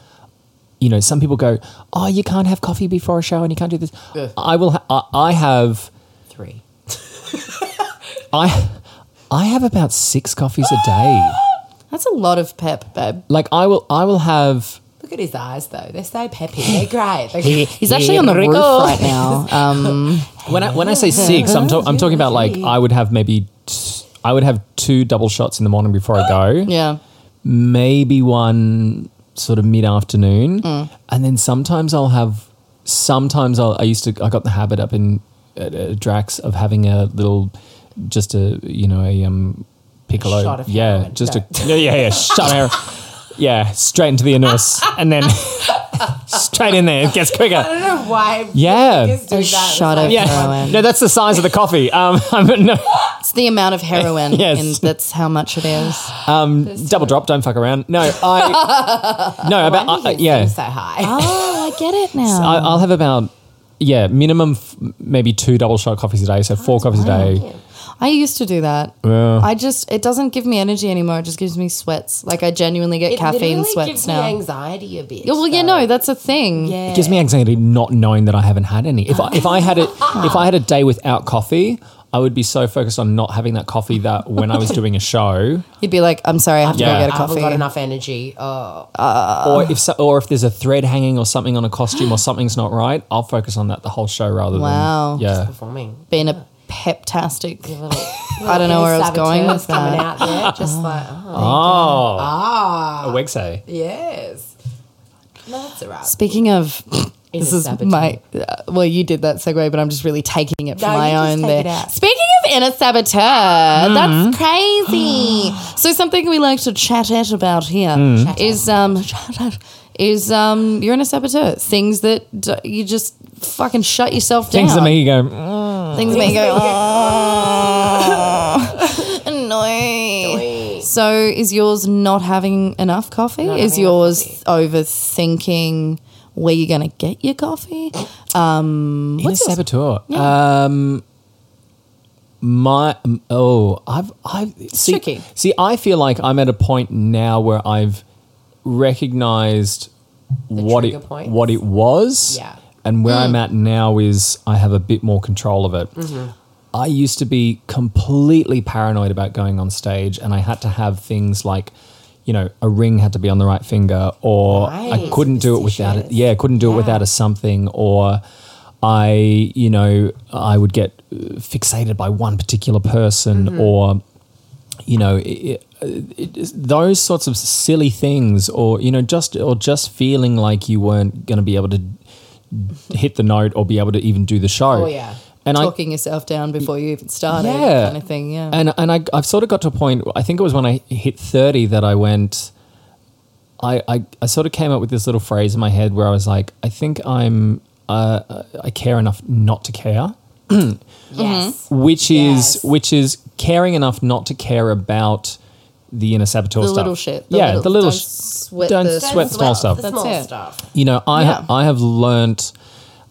S4: you know some people go, "Oh, you can't have coffee before a show and you can't do this." I will ha- I, I have
S3: Three.
S4: I I have about 6 coffees a day.
S1: That's a lot of pep, babe.
S4: Like I will I will have
S3: Look at his eyes though. They're so peppy. They're great. They're
S1: He's actually on the roof right now. Um,
S4: When I when I say six, I'm, to- I'm talking about like I would have maybe t- I would have two double shots in the morning before I go.
S1: yeah.
S4: Maybe one sort of mid afternoon,
S3: Mm.
S4: and then sometimes I'll have. Sometimes I'll, I used to. I got the habit up in at, uh, Drax of having a little, just a you know a um piccolo.
S3: shot of
S4: yeah,
S3: heroin.
S4: just a yeah yeah yeah shot of heroin. Yeah, straight into the anus, and then straight in there. It gets quicker.
S3: I don't know why.
S4: Yeah.
S3: niggas do
S1: A
S3: that.
S1: shot
S3: It's
S1: of
S4: Yeah.
S1: heroin.
S4: No, that's the size of the coffee. Um, I'm, no,
S1: It's the amount of heroin,
S4: Yes.
S1: and that's how much it is.
S4: double drop. Don't fuck around. No, I. No, about
S3: like,
S4: I-
S3: why do you
S4: yeah.
S3: think so high.
S1: Oh, I get it now.
S4: I, I'll have about yeah minimum f- maybe two double shot coffees a day, so
S3: Oh,
S4: four coffees a day.
S1: I used to do that.
S4: Yeah.
S1: I just it doesn't give me energy anymore. It just gives me sweats. Like I genuinely get
S3: It
S1: caffeine
S3: literally
S1: sweats
S3: gives
S1: now.
S3: me anxiety a bit.
S1: Yeah, well, yeah, no, that's a thing. Yeah.
S4: It gives me anxiety not knowing that I haven't had any. If I, if I had it, if I had a day without coffee, I would be so focused on not having that coffee that when I was doing a show,
S1: You'd be like, I'm sorry, I have to go
S4: Yeah.
S1: get a
S4: I
S3: I haven't
S1: coffee.
S3: got enough energy. Oh,
S4: or if so, or if there's a thread hanging or something on a costume or something's not right, I'll focus on that the whole show rather
S1: Wow.
S4: than yeah.
S3: performing.
S1: Being a peptastic.
S3: Little,
S1: I don't know where I was
S3: saboteur
S1: going with
S3: coming
S1: that.
S3: out there, just like oh, ah,
S4: Oh, a Wegsaw.
S3: yes. No, that's alright.
S1: Speaking of, this
S3: a
S1: is
S3: saboteur.
S1: my. Uh, well, you did that segue, but I'm just really taking it for
S3: No,
S1: my
S3: you just
S1: own
S3: take
S1: there.
S3: it out.
S1: Speaking of inner saboteur,
S4: Mm-hmm.
S1: that's crazy. so something we like to chat at about here is
S4: Mm.
S1: um chat at, is um your inner saboteur things that d- you just fucking shut yourself down.
S4: Things that make you go. "Mm."
S1: Things that you go. "Oh, no. So is yours not having enough coffee? is
S3: having enough
S1: yours overthinking where you're going to get your coffee?
S4: Inner saboteur. Um, my um, oh, I've I've see,
S1: tricky.
S4: See, I feel like I'm at a point now where I've recognized what
S3: trigger
S4: it
S3: points.
S4: what it was,
S3: Yeah.
S4: and where I'm at now is I have a bit more control of it. I used to be completely paranoid about going on stage, and I had to have things like. You know, a ring had to be on the right finger, or I
S3: Right.
S4: couldn't do it without it.
S3: Superstitious.
S4: Yeah, couldn't do it without a something, or I, you know, I would get uh, fixated by one particular person, or you know, i i it, those sorts of silly things, or you know, just or just feeling like you weren't going to be able to hit the note or be able to even do the show.
S3: Oh, yeah.
S4: and I
S1: Talking yourself down before you even started,
S4: Yeah.
S1: kind of thing. Yeah.
S4: and and I, I've sort of got to a point. I think it was when I hit thirty that I went. I, I, I sort of came up with this little phrase in my head where I was like, I think I'm uh, I care enough not to care,
S3: Yes.
S1: Mm-hmm.
S4: which is
S3: Yes.
S4: which is caring enough not to care about the inner saboteur
S1: the
S4: stuff.
S1: little shit.
S4: yeah, the little.
S1: Don't
S4: sh-
S1: sweat.
S4: don't
S1: the,
S4: sweat small stuff.
S3: The
S1: That's
S3: small
S1: it.
S3: stuff.
S4: You know, I
S1: Yeah.
S4: I have learnt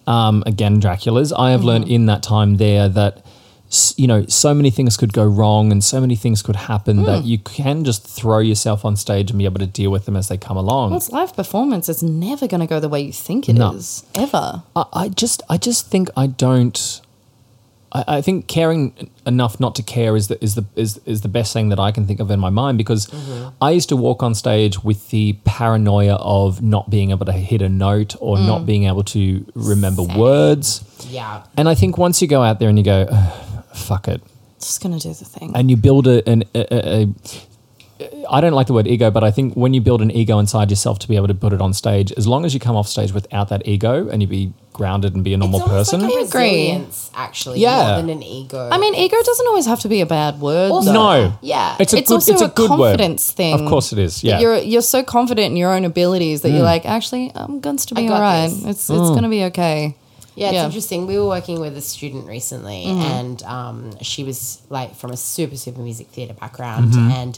S4: um, again Dracula's. I have
S1: Mm-hmm.
S4: learnt in that time there that s- you know so many things could go wrong and so many things could happen
S1: Mm.
S4: that you can just throw yourself on stage and be able to deal with them as they come along.
S1: Well, it's live performance. It's never going to go the way you think it is,
S4: No.
S1: ever.
S4: I, I just I just think I don't. I, I think caring enough not to care is the is the is is the best thing that I can think of in my mind because
S1: Mm-hmm.
S4: I used to walk on stage with the paranoia of not being able to hit a note or
S1: Mm.
S4: not being able to remember words.
S3: Yeah.
S4: And I think once you go out there and you go, "Ugh, fuck it,
S1: Just going to do the thing.
S4: and you build a, an, a, a, a, I don't like the word ego, but I think when you build an ego inside yourself to be able to put it on stage, as long as you come off stage without that ego and you be grounded and be a normal
S3: It's almost
S4: person.
S3: Like a
S1: I agree.
S3: resilience, actually,
S4: Yeah.
S3: more than an ego.
S1: I mean, ego doesn't always have to be a bad word.
S3: Also-
S1: though.
S4: no.
S3: Yeah.
S4: It's a
S1: It's
S4: good,
S1: also
S4: it's a,
S1: a
S4: good
S1: confidence
S4: word.
S1: thing.
S4: Of course it is.
S1: that
S4: Yeah. Mm.
S1: you're you're so confident in your own abilities that you're like, actually, I'm going to be
S3: got
S1: all right.
S3: this.
S1: It's it's going to be okay.
S3: Yeah, it's
S1: Yeah.
S3: interesting. We were working with a student recently, and um, she was like from a super, super music theatre background, and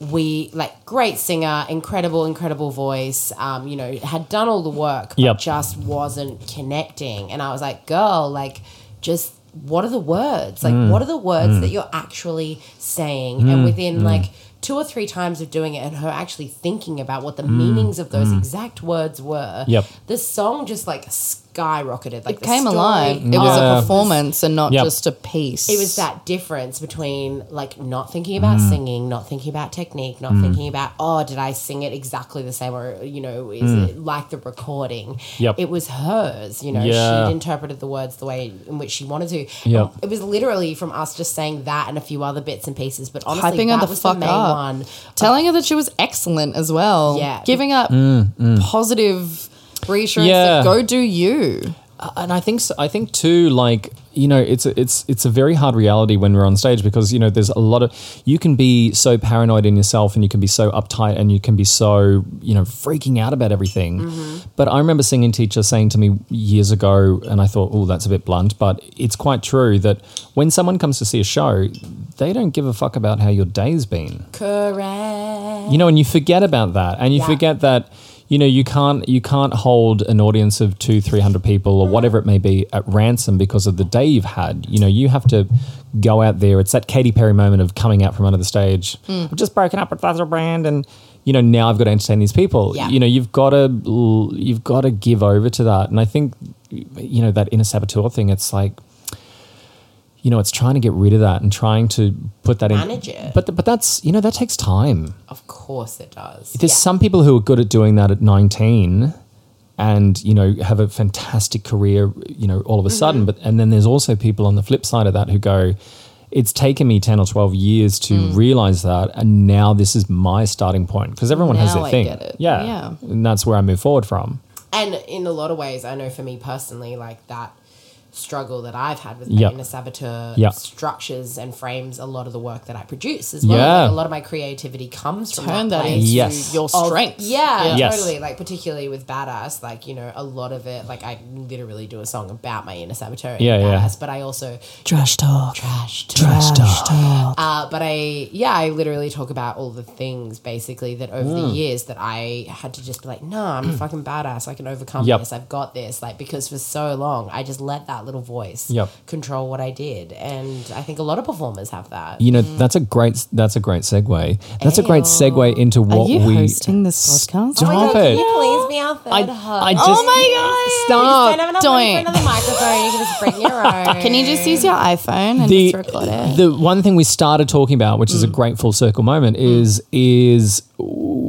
S3: we like great singer, incredible, incredible voice. Um, you know, had done all the work, but
S4: Yep.
S3: just wasn't connecting. And I was like, girl, like just. What are the words? Like, what are the words that you're actually saying? And within like two or three times of doing it, and her actually thinking about what the meanings of those exact words were,
S4: Yep.
S3: the song just like s- skyrocketed. Like
S1: It
S3: the
S1: came
S3: story
S1: alive. It was
S4: Yeah.
S1: a performance and not
S4: Yep.
S1: just a piece.
S3: it was that difference between like not thinking about
S1: Mm.
S3: singing, not thinking about technique, not thinking about oh, did I sing it exactly the same or you know is
S1: Mm.
S3: it like the recording?
S4: Yep.
S3: It was hers. You know,
S4: Yeah.
S3: she interpreted the words the way in which she wanted to.
S4: Yep.
S3: It was literally from us just saying that and a few other bits and pieces, but honestly,
S1: Hyping her
S3: that
S1: the
S3: was
S1: fuck
S3: the main
S1: up.
S3: one.
S1: telling her that she was excellent as well.
S3: Yeah.
S1: Giving up positive reassurance
S4: Mm, Yeah.
S1: that go do you.
S4: and I think so, I think too, like you know, it's a, it's it's a very hard reality when we're on stage because you know there's a lot of you can be so paranoid in yourself and you can be so uptight and you can be so you know freaking out about everything. But I remember singing teacher saying to me years ago, and I thought, oh, that's a bit blunt, but it's quite true that when someone comes to see a show, they don't give a fuck about how your day's been
S3: Correct.
S4: you know and you forget about that and you
S3: Yeah.
S4: forget that you know you can't you can't hold an audience of two three hundred people or whatever it may be at ransom because of the day you've had you know you have to go out there it's that Katy Perry moment of coming out from under the stage
S3: Mm.
S4: I've just broken up with Father Brand and you know now I've got to entertain these people
S3: Yeah.
S4: you know you've got to you've got to give over to that and I think you know that inner saboteur thing it's like you know, it's trying to get rid of that and trying to put that
S3: Manage
S4: in.
S3: it.
S4: But th- but that's you know that takes time.
S3: Of course it does.
S4: There's
S3: Yeah.
S4: some people who are good at doing that at 19 and you know have a fantastic career you know all of a
S1: Mm-hmm.
S4: sudden but and then there's also people on the flip side of that who go it's taken me 10 or 12 years to
S1: Mm.
S4: realize that and now this is my starting point because everyone has
S1: Now
S4: their
S1: I
S4: thing
S1: get it.
S4: Yeah.
S1: Yeah.
S4: and that's where I move forward from
S3: and in a lot of ways, I know for me personally, like that struggle that I've had with
S4: Yeah.
S3: my inner saboteur
S4: Yeah.
S3: structures and frames a lot of the work that I produce as well.
S4: Yeah.
S3: Like, a lot of my creativity comes from
S1: Turn that
S3: place.
S1: into
S4: Yes.
S1: your
S3: of-
S1: strength.
S3: Yeah,
S4: Yes.
S3: totally. Like particularly with badass, like you know, a lot of it. Like I literally do a song about my inner saboteur. in
S4: Yeah, yeah.
S3: badass, But I also
S1: Trash talk.
S3: trash talk.
S1: Trash talk.
S3: Uh, but I, yeah, I literally talk about all the things basically that over
S4: Mm.
S3: the years that I had to just be like, no, I'm a fucking badass. I can overcome
S4: Yep.
S3: this. I've got this. Like, because for so long, I just let that little voice
S4: Yep.
S3: control what I did. And I think a lot of performers have that.
S4: you know
S1: Mm.
S4: that's a great that's a great segue that's a great segue into what
S1: Are you
S4: we
S1: hosting this podcast?
S3: Oh my
S4: Stop
S3: God,
S4: it.
S3: Can you please be our third
S4: I,
S3: host?
S4: I just
S1: Oh
S3: Don't
S4: stop
S3: have enough money for
S1: Don't.
S3: another microphone. You can just bring your own.
S1: Can you just use your iPhone and just record it? Mm.
S4: the one thing we started talking about, which is a great full circle moment, is is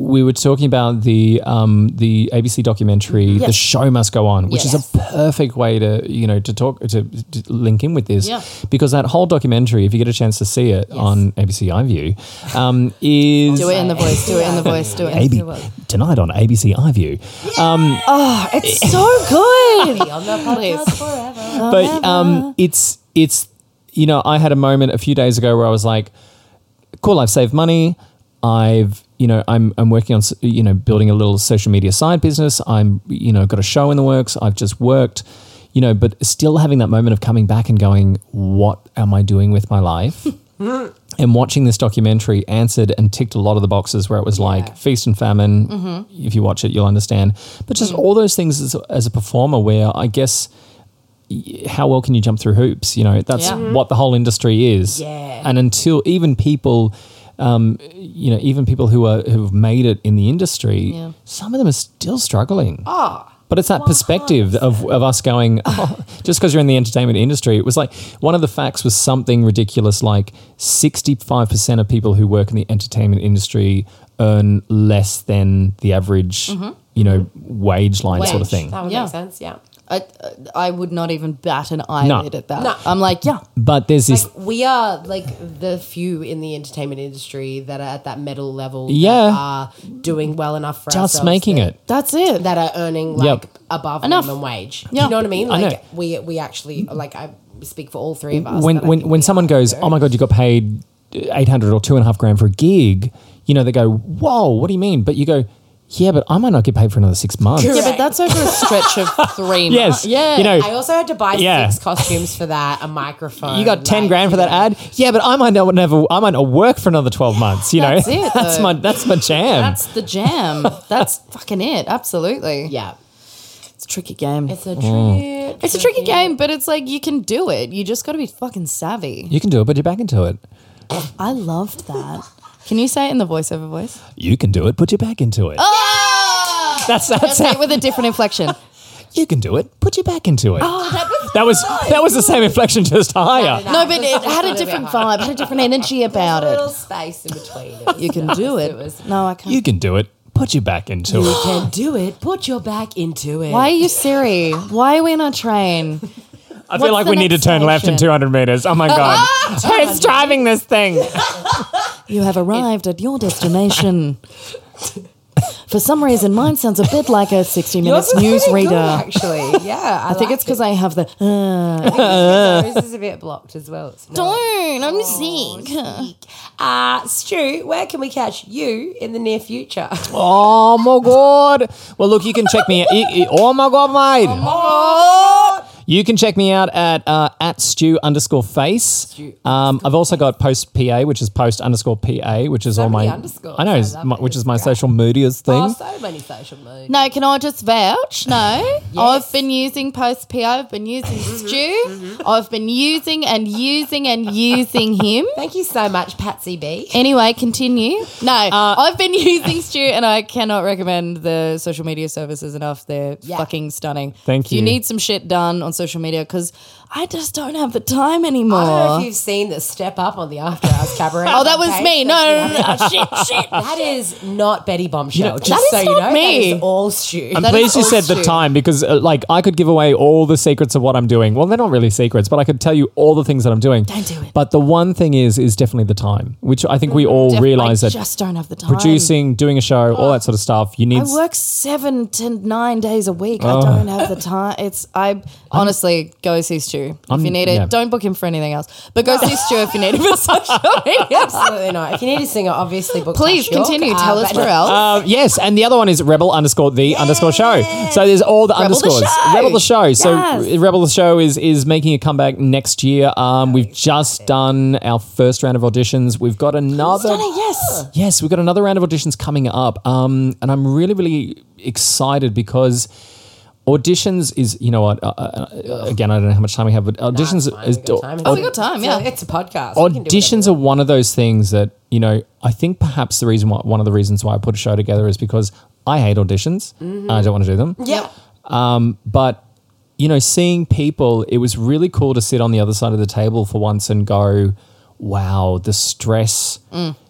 S4: we were talking about the um, the ABC documentary,
S1: Mm-hmm.
S4: "The Show Must Go On," which is
S3: Yes.
S4: a perfect way to you know to talk to, to link in with this
S1: Yeah.
S4: because that whole documentary, if you get a chance to see it on ABC iView, um, is
S1: do it in the voice. Do it in the voice. Do it.
S4: AB, tonight on ABC iView.
S1: Oh, it's so good.
S3: on the podcast forever?
S4: but um, it's it's you know I had a moment a few days ago where I was like, cool, I've saved money. I've you know I'm I'm working on s- you know building a little social media side business. I'm you know got a show in the works. I've just worked. You know, but still having that moment of coming back and going, what am I doing with my life? and watching this documentary answered and ticked a lot of the boxes where it was like feast and famine. If you watch it, you'll understand. But just all those things as, as a performer, where I guess y- how well can you jump through hoops? You know, that's
S1: Yeah.
S4: what the whole industry is.
S3: Yeah.
S4: And until even people, um, you know, even people who are who've made it in the industry,
S1: Yeah.
S4: some of them are still struggling. Oh. But it's that perspective of, of us going, oh, just because you're in the entertainment industry, it was like one of the facts was something ridiculous like 65% of people who work in the entertainment industry earn less than the average, you know, wage line sort
S3: Mm-hmm.
S4: of
S3: Wage.
S4: thing.
S3: That would
S1: Yeah.
S3: make sense. Yeah.
S1: I, I would not even bat an eyelid at that. I'm like, yeah,
S4: But there's this
S3: we are like the few in the entertainment industry that are at that medal level.
S4: Yeah.
S3: that are doing well enough for
S4: just
S3: ourselves
S4: making
S3: that,
S4: it.
S1: that's it.
S3: that are earning like
S4: Yep.
S3: above
S1: Enough.
S3: minimum wage. Do
S1: Yeah.
S3: you know what I mean?
S4: I know.
S3: Like we we actually like I speak for all three of us.
S4: when
S3: that I
S4: when
S3: think
S4: when
S3: we
S4: someone
S3: are
S4: goes,
S3: very-
S4: oh my god, you got paid eight hundred or two and a half grand for a gig, you know they go, whoa, what do you mean? But you go, yeah, but I might not get paid for another six months.
S1: yeah,
S3: Correct.
S1: but that's over a stretch of three.
S4: Yes,
S1: months. yeah.
S4: you know.
S3: I also had to buy
S4: Yeah.
S3: six costumes for that, a microphone.
S4: you got ten
S3: like,
S4: grand for that ad, yeah, but I might not never, I might not work for another twelve months. You
S1: That's
S4: know,
S1: it,
S4: that's
S1: though.
S4: my that's my jam.
S1: That's the jam. That's fucking it. Absolutely.
S3: Yeah,
S1: It's a tricky game. It's,
S3: it's a
S4: Mm.
S3: trick.
S1: a tricky game, but it's like you can do it. You just got to be fucking savvy.
S4: you can do it, but you're back into it.
S1: I loved that. Can you say it in the voiceover voice?
S4: You can do it, put your back into it.
S1: Oh!
S4: That's that's
S1: Say it
S4: how,
S1: with a different inflection.
S4: You can do it. Put your back into it.
S3: Oh, that was
S4: that was that was the same inflection, just higher.
S3: no, but it had a different vibe, had a different energy about
S1: a
S3: it.
S1: little space in between.
S3: You can do it.
S1: no, I can't.
S4: You can do it. Put your back into it.
S3: can do it. Put your back into it.
S1: Why are you Siri? Why are we in a train?
S4: I feel
S1: What's
S4: like
S1: the
S4: we need to
S1: next
S4: turn left in
S1: station?
S4: 200 meters. Oh my god, who's driving this thing?
S1: You have arrived at your destination. For some reason, mine sounds a bit like a 60 Minutes newsreader.
S3: actually. Yeah, I,
S1: I think it's because I have the. Uh,
S3: this is a bit blocked as well. It's not-
S1: don't, I'm sick.
S3: Uh, Stu, where can we catch you in the near future?
S4: Oh my god. Well, look, you can check me. Out. you- you- Oh my god, mate. You can check me out at uh, at stew underscore face. Um, I've also got post pa, which is post underscore pa, which is all my
S3: many underscores.
S4: I know,
S3: I
S4: is
S3: love
S4: my,
S3: it.
S4: which is my social medias thing.
S3: Oh, so many social media.
S1: No, can I just vouch? No. I've been using Post PO, I've been using Stew, I've been using and using and using him.
S3: Thank you so much, Patsy B.
S1: Anyway, continue. No, I've been using Stu, and I cannot recommend the social media services enough. They're
S3: Yeah.
S1: fucking stunning.
S4: Thank
S1: If you
S4: you.
S1: need some shit done on social media because I just don't have the time anymore.
S3: I don't know if you've seen the step up on the After Hours Cabaret.
S1: oh, that was
S3: Okay,
S1: me.
S3: so
S1: No, no, no, no. shit, shit.
S3: That is not Betty Bombshell. just
S1: that is
S3: so you
S1: not
S3: know,
S1: me.
S3: That is all Stu.
S4: I'm
S1: That is
S4: pleased you said the
S1: awesome.
S4: time because, uh, like, I could give away all the secrets of what I'm doing. Well, they're not really secrets, but I could tell you all the things that I'm doing. Don't
S1: do it.
S4: But the one thing is, is definitely the time, which I think we all
S1: Def-
S4: realize
S1: I
S4: that
S1: just don't have the time.
S4: producing, doing a show, all that sort of stuff, you need
S1: I work seven to nine days a week.
S4: Oh.
S1: I don't have the time. It's I honestly go see Stu if you need it.
S4: yeah.
S1: Don't book him for anything else, but go see Stu if you need him for social media.
S3: Absolutely not. If you need a singer, obviously book.
S1: Please
S3: Tash York.
S1: continue.
S3: Uh,
S1: Tell us
S3: but-
S1: where else.
S4: Um, yes, and the other one is Rebel underscore the underscore show. So there's all the underscores.
S1: show.
S4: Rebel the show. So
S1: Yes.
S4: Rebel the show is is making a comeback next year. Um, we've just done our first round of auditions. We've got another.
S1: Uh, yes.
S4: Yes, we've got another round of auditions coming up. Um, and I'm really really excited because. Auditions is, you know what? Uh, uh, uh, again, I don't know how much time we have, but auditions is.
S1: Oh, we got time, yeah.
S3: it's a podcast. We can do whatever.
S4: Auditions are one of those things that you know. I think perhaps the reason why one of the reasons why I put a show together is because I hate auditions. and I don't want to do them.
S3: Yeah.
S4: Um, but you know, seeing people, it was really cool to sit on the other side of the table for once and go, "Wow, the stress."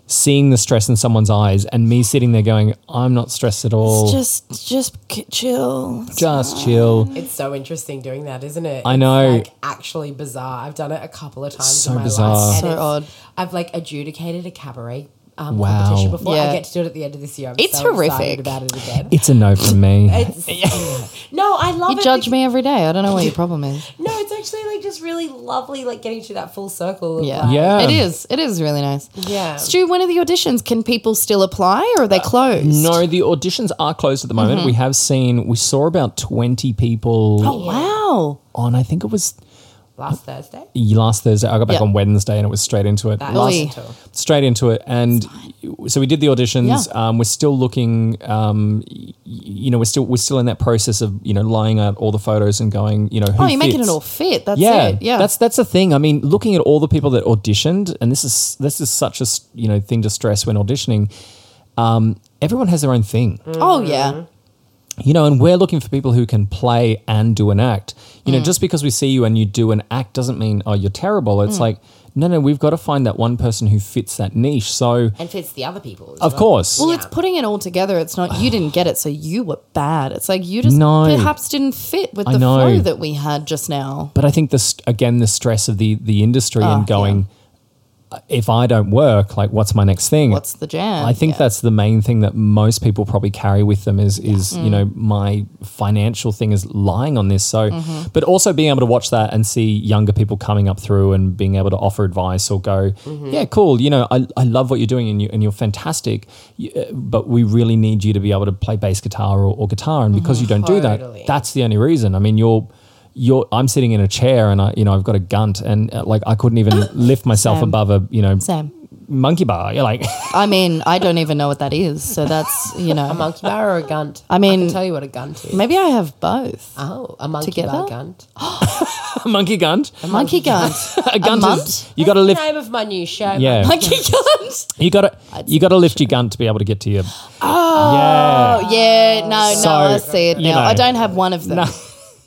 S4: Seeing the stress in someone's eyes, and me sitting there going, "I'm not stressed at all. Just,
S1: Just just k- chill.
S4: chill."
S3: It's so interesting doing that, isn't it?
S4: I
S3: It's,
S4: know.
S3: like actually bizarre. I've done it a couple of times.
S4: So
S3: in my
S4: bizarre.
S3: Life, and
S1: So
S3: it's-
S1: odd.
S3: I've like adjudicated a cabaret um,
S4: Wow.
S3: competition before. I
S1: Yeah.
S3: get to do it at the end of this year. I'm
S1: It's
S3: so excited
S1: horrific.
S3: about it again.
S4: It's a no from me.
S3: It's- no, I love
S1: You
S3: it.
S1: judge me every day. I don't know what your problem is.
S3: be- No, it's actually like just really lovely, like getting to that full circle. Of,
S1: Yeah.
S3: like,
S4: Yeah.
S1: It is. It is really nice.
S3: Yeah.
S1: Stu, when are the auditions? Can people still apply or are they closed?
S4: Uh, No, the auditions are closed at the moment. We have seen, we saw about 20 people
S1: Wow.
S4: on, I think it was
S3: Last Thursday.
S4: last Thursday. I got back
S1: Yeah.
S4: on Wednesday and it was straight into it.
S3: That
S4: Last-
S1: Oy.
S3: tour.
S4: straight into it. And so we did the auditions. Um, we're still looking. Um, y- you know, we're still we're still in that process of you know lying out all the photos and going. You know, who
S1: Oh, you're making
S4: fits.
S1: it all fit. That's
S4: Yeah,
S1: it. Yeah.
S4: That's that's the thing. I mean, looking at all the people that auditioned, and this is this is such a s- you know thing to stress when auditioning. Um, everyone has their own thing
S1: oh yeah.
S4: you know, and we're looking for people who can play and do an act. You
S1: Mm.
S4: know, just because we see you and you do an act doesn't mean, oh, you're terrible.
S1: Mm.
S4: It's like, no, no, we've got to find that one person who fits that niche. So,
S3: And fits the other people. as
S4: of
S3: well.
S4: course.
S1: Well, it's putting it all together. It's not you didn't get it, so you were bad. It's like you just
S4: No.
S1: perhaps didn't fit with
S4: I
S1: the
S4: know.
S1: flow that we had just now.
S4: but I think this, again, the stress of the, the industry
S1: Oh,
S4: and going, if I don't work, like, what's my next thing?
S1: What's the jam?
S4: I think
S1: Yeah.
S4: that's the main thing that most people probably carry with them is is you know my financial thing is lying on this. So, but also being able to watch that and see younger people coming up through and being able to offer advice or go, yeah, cool. You know, I, I love what you're doing and you and you're fantastic, y- uh, but we really need you to be able to play bass guitar or, or guitar, and because you don't do
S3: Totally.
S4: that, that's the only reason. I mean, you're. You're, I'm sitting in a chair and I, you know, I've got a gunt and uh, like I couldn't even lift myself above a, you know,
S1: Sam.
S4: monkey bar. You're like,
S1: I mean, I don't even know what that is. So that's you know.
S3: A monkey bar or a gunt?
S1: I mean-
S3: can tell you what a gunt is.
S1: Maybe I have both.
S3: Oh, a monkey
S1: Together?
S3: bar gunt.
S4: monkey gunt.
S1: A monkey gunt.
S4: a gunt
S1: munt?
S4: is you got to
S3: That's
S4: lift.
S3: the name of my new show.
S4: Yeah,
S1: monkey gunt.
S4: you got to you got to lift your gun to be able to get to your. Oh,
S1: Oh, Yeah. No. No. I
S4: So,
S1: see it now.
S4: you know.
S1: I don't have one of them.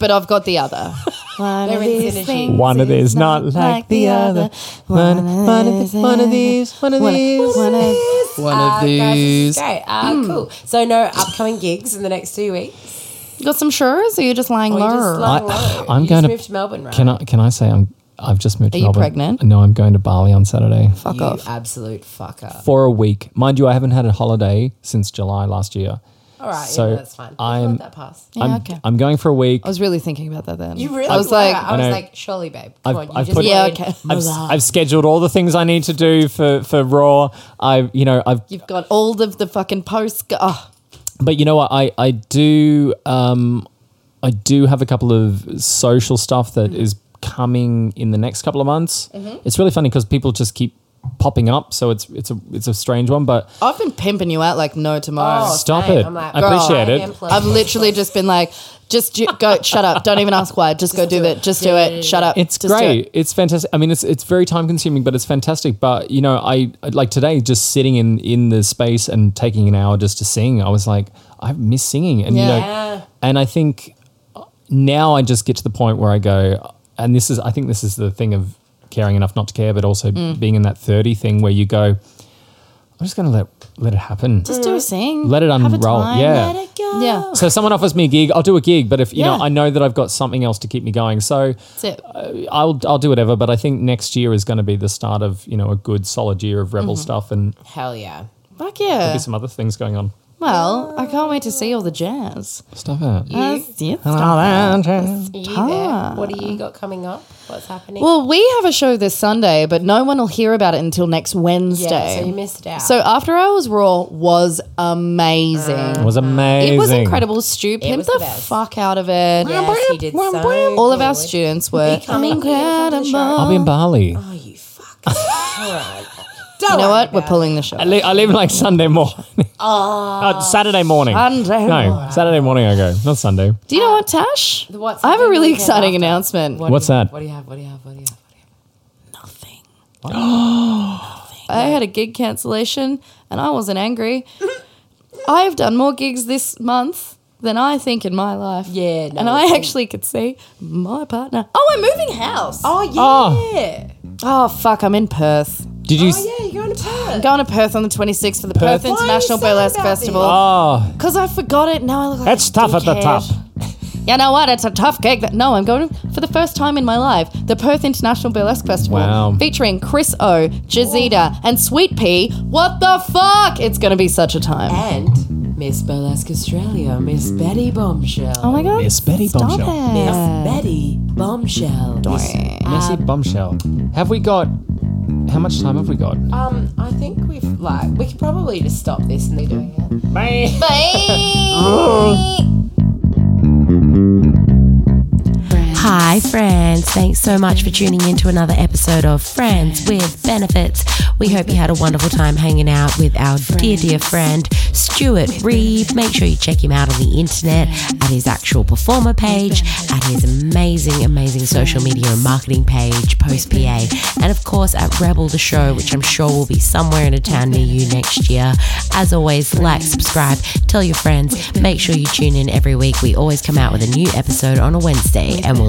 S1: but I've got the other.
S3: One of
S1: these
S3: these
S1: things
S4: One of these not like, the other. One, one, of
S3: these
S4: these, one of these, one of these.
S3: One of Ah,
S5: One of these.
S3: these. Great. Ah, cool. So no upcoming gigs in the next two weeks.
S1: You got some shows, or you're just lying
S3: Or Oh, you
S1: low?
S3: just lying
S4: I-
S3: low?
S4: I'm
S3: You
S4: going
S3: just
S4: to-
S3: moved to Melbourne, right?
S4: Can I can I say I'm I've just moved
S1: Are
S4: to
S1: you
S4: Melbourne.
S1: pregnant?
S4: No, I'm going to Bali on Saturday
S1: Fuck
S3: you
S1: off.
S3: absolute fucker.
S4: for a week. Mind you, I haven't had a holiday since July last year.
S3: All right,
S4: So
S3: yeah, that's fine.
S4: I'm-
S3: Let that pass.
S4: I'm,
S1: okay.
S4: I'm going for a week.
S1: I was really thinking about that then.
S3: You really?
S1: I was
S3: were.
S1: like,
S3: I was
S4: know.
S3: like, surely, babe. Come
S4: I've-
S3: on, you
S4: I've
S3: just
S4: put-
S1: yeah,
S3: waited.
S1: okay.
S4: I've, I've scheduled all the things I need to do for, for Raw. I you know I've
S1: You've got all of the fucking posts. go- Oh,
S4: but you know what I I do um I do have a couple of social stuff that is
S3: Mm-hmm.
S4: coming in the next couple of months. It's really funny because people just keep popping up, so it's it's a it's a strange one, but
S1: I've been pimping you out like no tomorrow.
S3: Oh,
S4: stop
S3: same.
S4: it.
S3: I'm like,
S4: I
S3: girl,
S4: appreciate
S3: I
S4: it.
S3: am plus-
S1: I've literally just been like, just ju- go, shut up. Don't even ask why. Just, go do, it. Just do it. Shut up.
S4: It's
S1: Just do
S4: great.
S1: it.
S4: It's fantastic. I mean, it's it's very time consuming, but it's fantastic. But you know, I I- like today just sitting in in the space and taking an hour just to sing. I was like, I miss singing, and you
S3: Yeah.
S4: know, and I think now I just get to the point where I go, and this is I think this is the thing of caring enough not to care, but also
S1: Mm.
S4: being in that thirty thing where you go, I'm just going to let let it happen.
S1: Just do a sing.
S4: Let it
S1: Have a
S4: unroll.
S1: time.
S4: Yeah.
S1: Let it go. Yeah.
S4: so if someone offers me a gig, I'll do a gig. But if you know,
S1: Yeah.
S4: I know that I've got something else to keep me going. So
S1: That's it.
S4: I'll I'll do whatever, but I think next year is going to be the start of you know a good solid year of rebel stuff and
S3: Hell yeah.
S1: Fuck yeah.
S4: there's some other things going on.
S1: Well, I can't wait to see all the jazz.
S4: Stop it.
S1: That's- yeah,
S3: Are you there? What do you got coming up? What's happening?
S1: Ah. Well, we have a show this Sunday, but no one will hear about it until next Wednesday.
S3: yeah, so you missed out.
S1: So After Hours Raw was amazing.
S4: It was amazing.
S1: It was incredible. Stu pimped
S3: was
S1: the,
S3: the best.
S1: fuck out of it.
S3: yes, you did so
S1: All of our
S3: good.
S1: students were incredible.
S4: I'll be in Bali.
S3: Oh, you fuck. All right.
S1: You know what? We're pulling the show.
S4: I, leave, I leave like Sunday morning. Oh, Saturday morning.
S1: Sunday
S4: no,
S1: morning.
S4: Saturday morning I go. Not Sunday.
S1: Do you know what, Tash?
S3: uh, what's
S1: I have a
S3: happening
S1: really
S3: weekend
S1: exciting
S3: after?
S1: announcement.
S4: What's that?
S3: What do you have? What do you have? What do you have? What do you have?
S1: I had a gig cancellation and I wasn't angry. I've done more gigs this month than I think in my life.
S3: Yeah, no,
S1: and I actually could see my partner. Oh, I'm moving house. Oh,
S3: Oh, yeah.
S4: Oh.
S1: fuck, I'm in Perth.
S4: Did you?
S3: Oh, Yeah, you're going to Perth.
S1: Going to Perth on the 26th for the Perth,
S4: Perth? Why are you
S1: International
S3: sad
S1: Burlesque
S3: about
S1: Festival.
S4: Oh,
S1: Because I forgot it. Now I look like
S4: that's
S1: a
S4: tough at the
S1: dickhead.
S4: top.
S1: You know what? It's a tough gig. That, no, I'm going for the first time in my life. The Perth International Burlesque Festival
S4: Wow.
S1: featuring Chris O, Jazida, and Sweet Pea. What the fuck? It's going to be such a time.
S3: And Miss Burlesque Australia, Miss Betty Bombshell.
S1: Oh my god.
S4: Miss Betty
S1: Stop
S4: Bombshell.
S1: it.
S3: Miss Betty Bombshell.
S4: Messy bombshell. Have we got? How much time have we got?
S3: Um, I think we've like we could probably just stop this and they're doing it. Hi, friends. Thanks so much for tuning in to another episode of Friends with Benefits. We hope you had a wonderful time hanging out with our dear, dear friend, Stuart Reed. Make sure you check him out on the internet, at his actual performer page, at his amazing, amazing social media and marketing page, Post PA, and of course at Rebel the Show, which I'm sure will be somewhere in a town near you next year. As always, like, subscribe, tell your friends, make sure you tune in every week. We always come out with a new episode on a Wednesday, and we'll